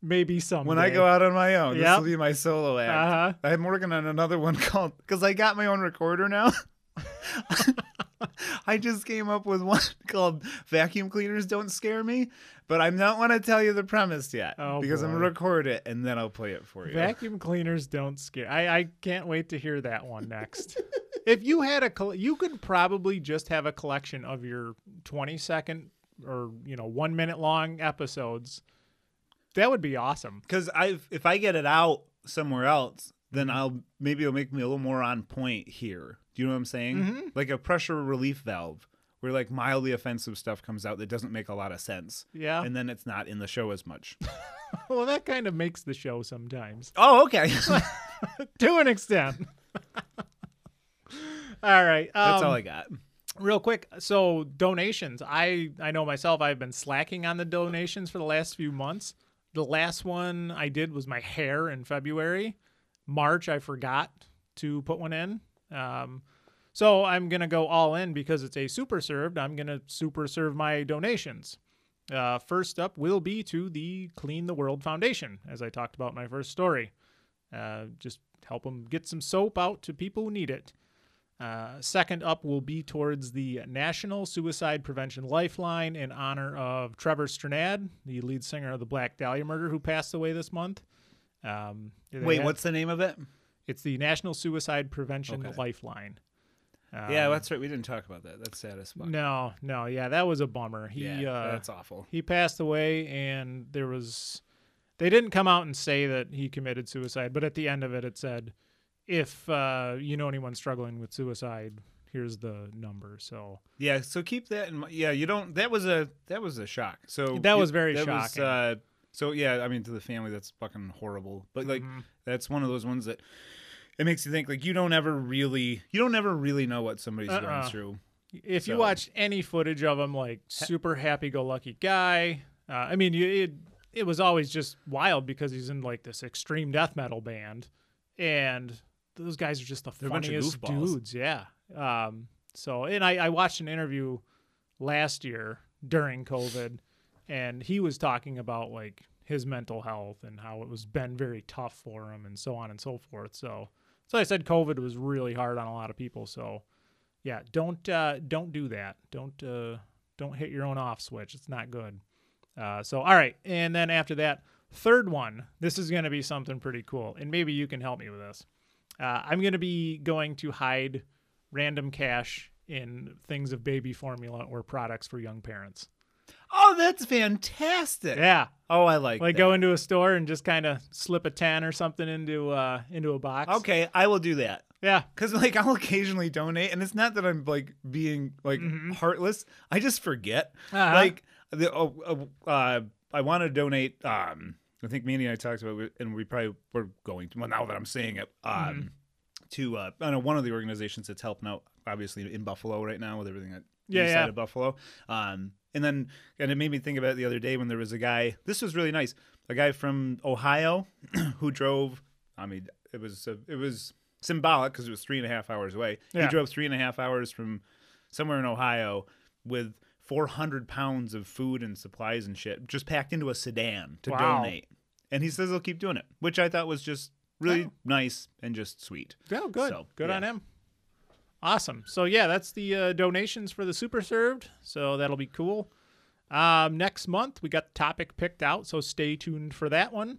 maybe someday.
When I go out on my own, this
Yep.
will be my solo act.
Uh-huh.
I'm working on another one called because I got my own recorder now. I just came up with one called "Vacuum Cleaners Don't Scare Me," but I'm not want to tell you the premise yet
Oh,
because I'm gonna
boy.
record it and then I'll play it for you.
vacuum cleaners don't scare. I I can't wait to hear that one next. if you had a col- you could probably just have a collection of your 20 second or you know 1 minute long episodes. That would be awesome.
Because I, if I get it out somewhere else, then I'll
Mm-hmm.
maybe it'll make me a little more on point here. Do you know what I'm saying? Like a pressure relief valve where like mildly offensive stuff comes out that doesn't make a lot of sense.
Yeah.
And then it's not in the show as much.
well, that kind of makes the show sometimes
oh, okay.
to an extent. all right.
That's all
um,
I got.
real quick so donations i i know myself i've been slacking on the donations for the last few months the last one i did was my hair in february march i forgot to put one in um, so i'm gonna go all in because it's a super served i'm gonna super serve my donations uh, first up will be to the clean the world foundation as i talked about in my first story uh, just help them get some soap out to people who need it uh, second up will be towards the National Suicide Prevention Lifeline in honor of Trevor Stranad, the lead singer of the Black Dahlia murder, who passed away this month. Um, they
Wait,
have-
what's the name of it?
it's the National Suicide Prevention
Okay.
Lifeline? Uh,
yeah, that's right. We didn't talk about that. That's sad as fuck.
Um, No, no, yeah, that was a bummer. He
yeah,
uh,
that's awful.
he passed away, and there was they didn't come out and say that he committed suicide, but at the end of it, it said, "If uh, you know anyone struggling with suicide, here's the number." So.
Yeah, so keep that in mind. Yeah, you don't. That was a that was a shock. So
That
you-
was very
that
shocking.
uh, so yeah, I mean, to the family, that's fucking horrible. But like,
Mm-hmm.
that's one of those ones that it makes you think. Like, you don't ever really, you don't ever really know what somebody's
Uh-uh.
going through.
If you
So-
watched any footage of him, like super happy-go-lucky guy, uh, I mean, you, it it was always just wild because he's in like this extreme death metal band, and those guys are just the
a bunch of
funniest
goofballs.
dudes. Yeah. Um. So, and I, I watched an interview last year during COVID, and he was talking about like his mental health and how it was been very tough for him and so on and so forth. So, so I said COVID was really hard on a lot of people. So, yeah, don't uh, don't do that. Don't uh, don't hit your own off switch. It's not good. Uh, so all right, and then after that, third one. This is going to be something pretty cool, and maybe you can help me with this. Uh, I'm going to be going to hide random cash in things of baby formula or products for young parents.
Oh, that's fantastic.
Yeah,
Oh, I like.
like
that.
go into a store and just kind of slip a ten or something into uh, into a box.
Okay, I will do that.
Yeah.
Cause like I'll occasionally donate, and it's not that I'm like being like heartless. I just forget.
Uh-huh.
Like the oh, uh, uh, I want to donate. Um, I think Mandy and I talked about, it, and we probably were going. To, well, now that I'm saying it, um, to uh, I know one of the organizations that's helping out, obviously in Buffalo right now with everything that
Yeah,
east
yeah.
side of Buffalo. Um, and then and it made me think about it the other day when there was a guy. This was really nice. A guy from Ohio who drove. I mean, it was a, it was symbolic because it was three and a half hours away.
Yeah.
He drove three and a half hours from somewhere in Ohio with. 400 pounds of food and supplies and shit just packed into a sedan to
Wow.
donate. And he says he'll keep doing it, which I thought was just really nice and just sweet.
Oh, good.
So,
good
yeah.
on him. Awesome. So yeah, that's the uh, donations for the super served. So that'll be cool. Um, next month we got the topic picked out, so stay tuned for that one.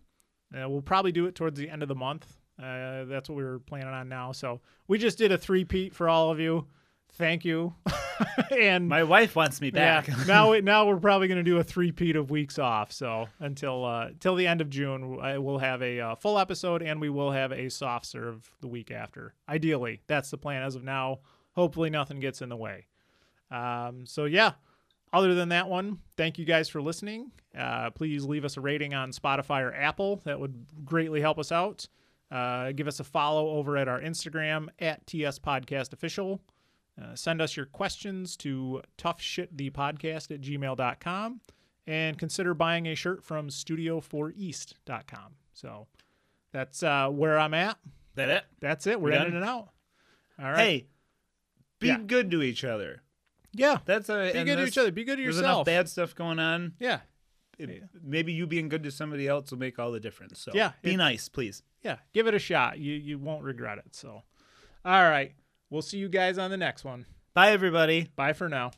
Uh, we'll probably do it towards the end of the month. Uh, that's what we were planning on now. So we just did a three-peat for all of you. Thank you. and
My wife wants me back.
yeah, now we, now we're probably going to do a three-peat of weeks off. So until uh, till the end of June, I will have a uh, full episode, and we will have a soft serve the week after. Ideally, that's the plan as of now. Hopefully, nothing gets in the way. Um, so yeah. Other than that one, thank you guys for listening. Uh, please leave us a rating on Spotify or Apple. That would greatly help us out. Uh, give us a follow over at our Instagram at TS Podcast Official. Uh, send us your questions to toughshitthepodcast at gmail.com and consider buying a shirt from studio4east.com. So that's uh, where I'm at.
that it?
That's it. We're
Done?
ending it out. All right.
Hey, be
Yeah.
good to each other.
yeah.
That's a
Be
and
good to
this-
each other. Be good to
There's enough
yourself.
bad stuff going on.
yeah.
It- Maybe you being good to somebody else will make all the difference. So
Yeah,
be
it-
nice, please.
Yeah. Give it a shot. You you won't regret it. So, all right. We'll see you guys on the next one.
Bye, everybody.
Bye for now.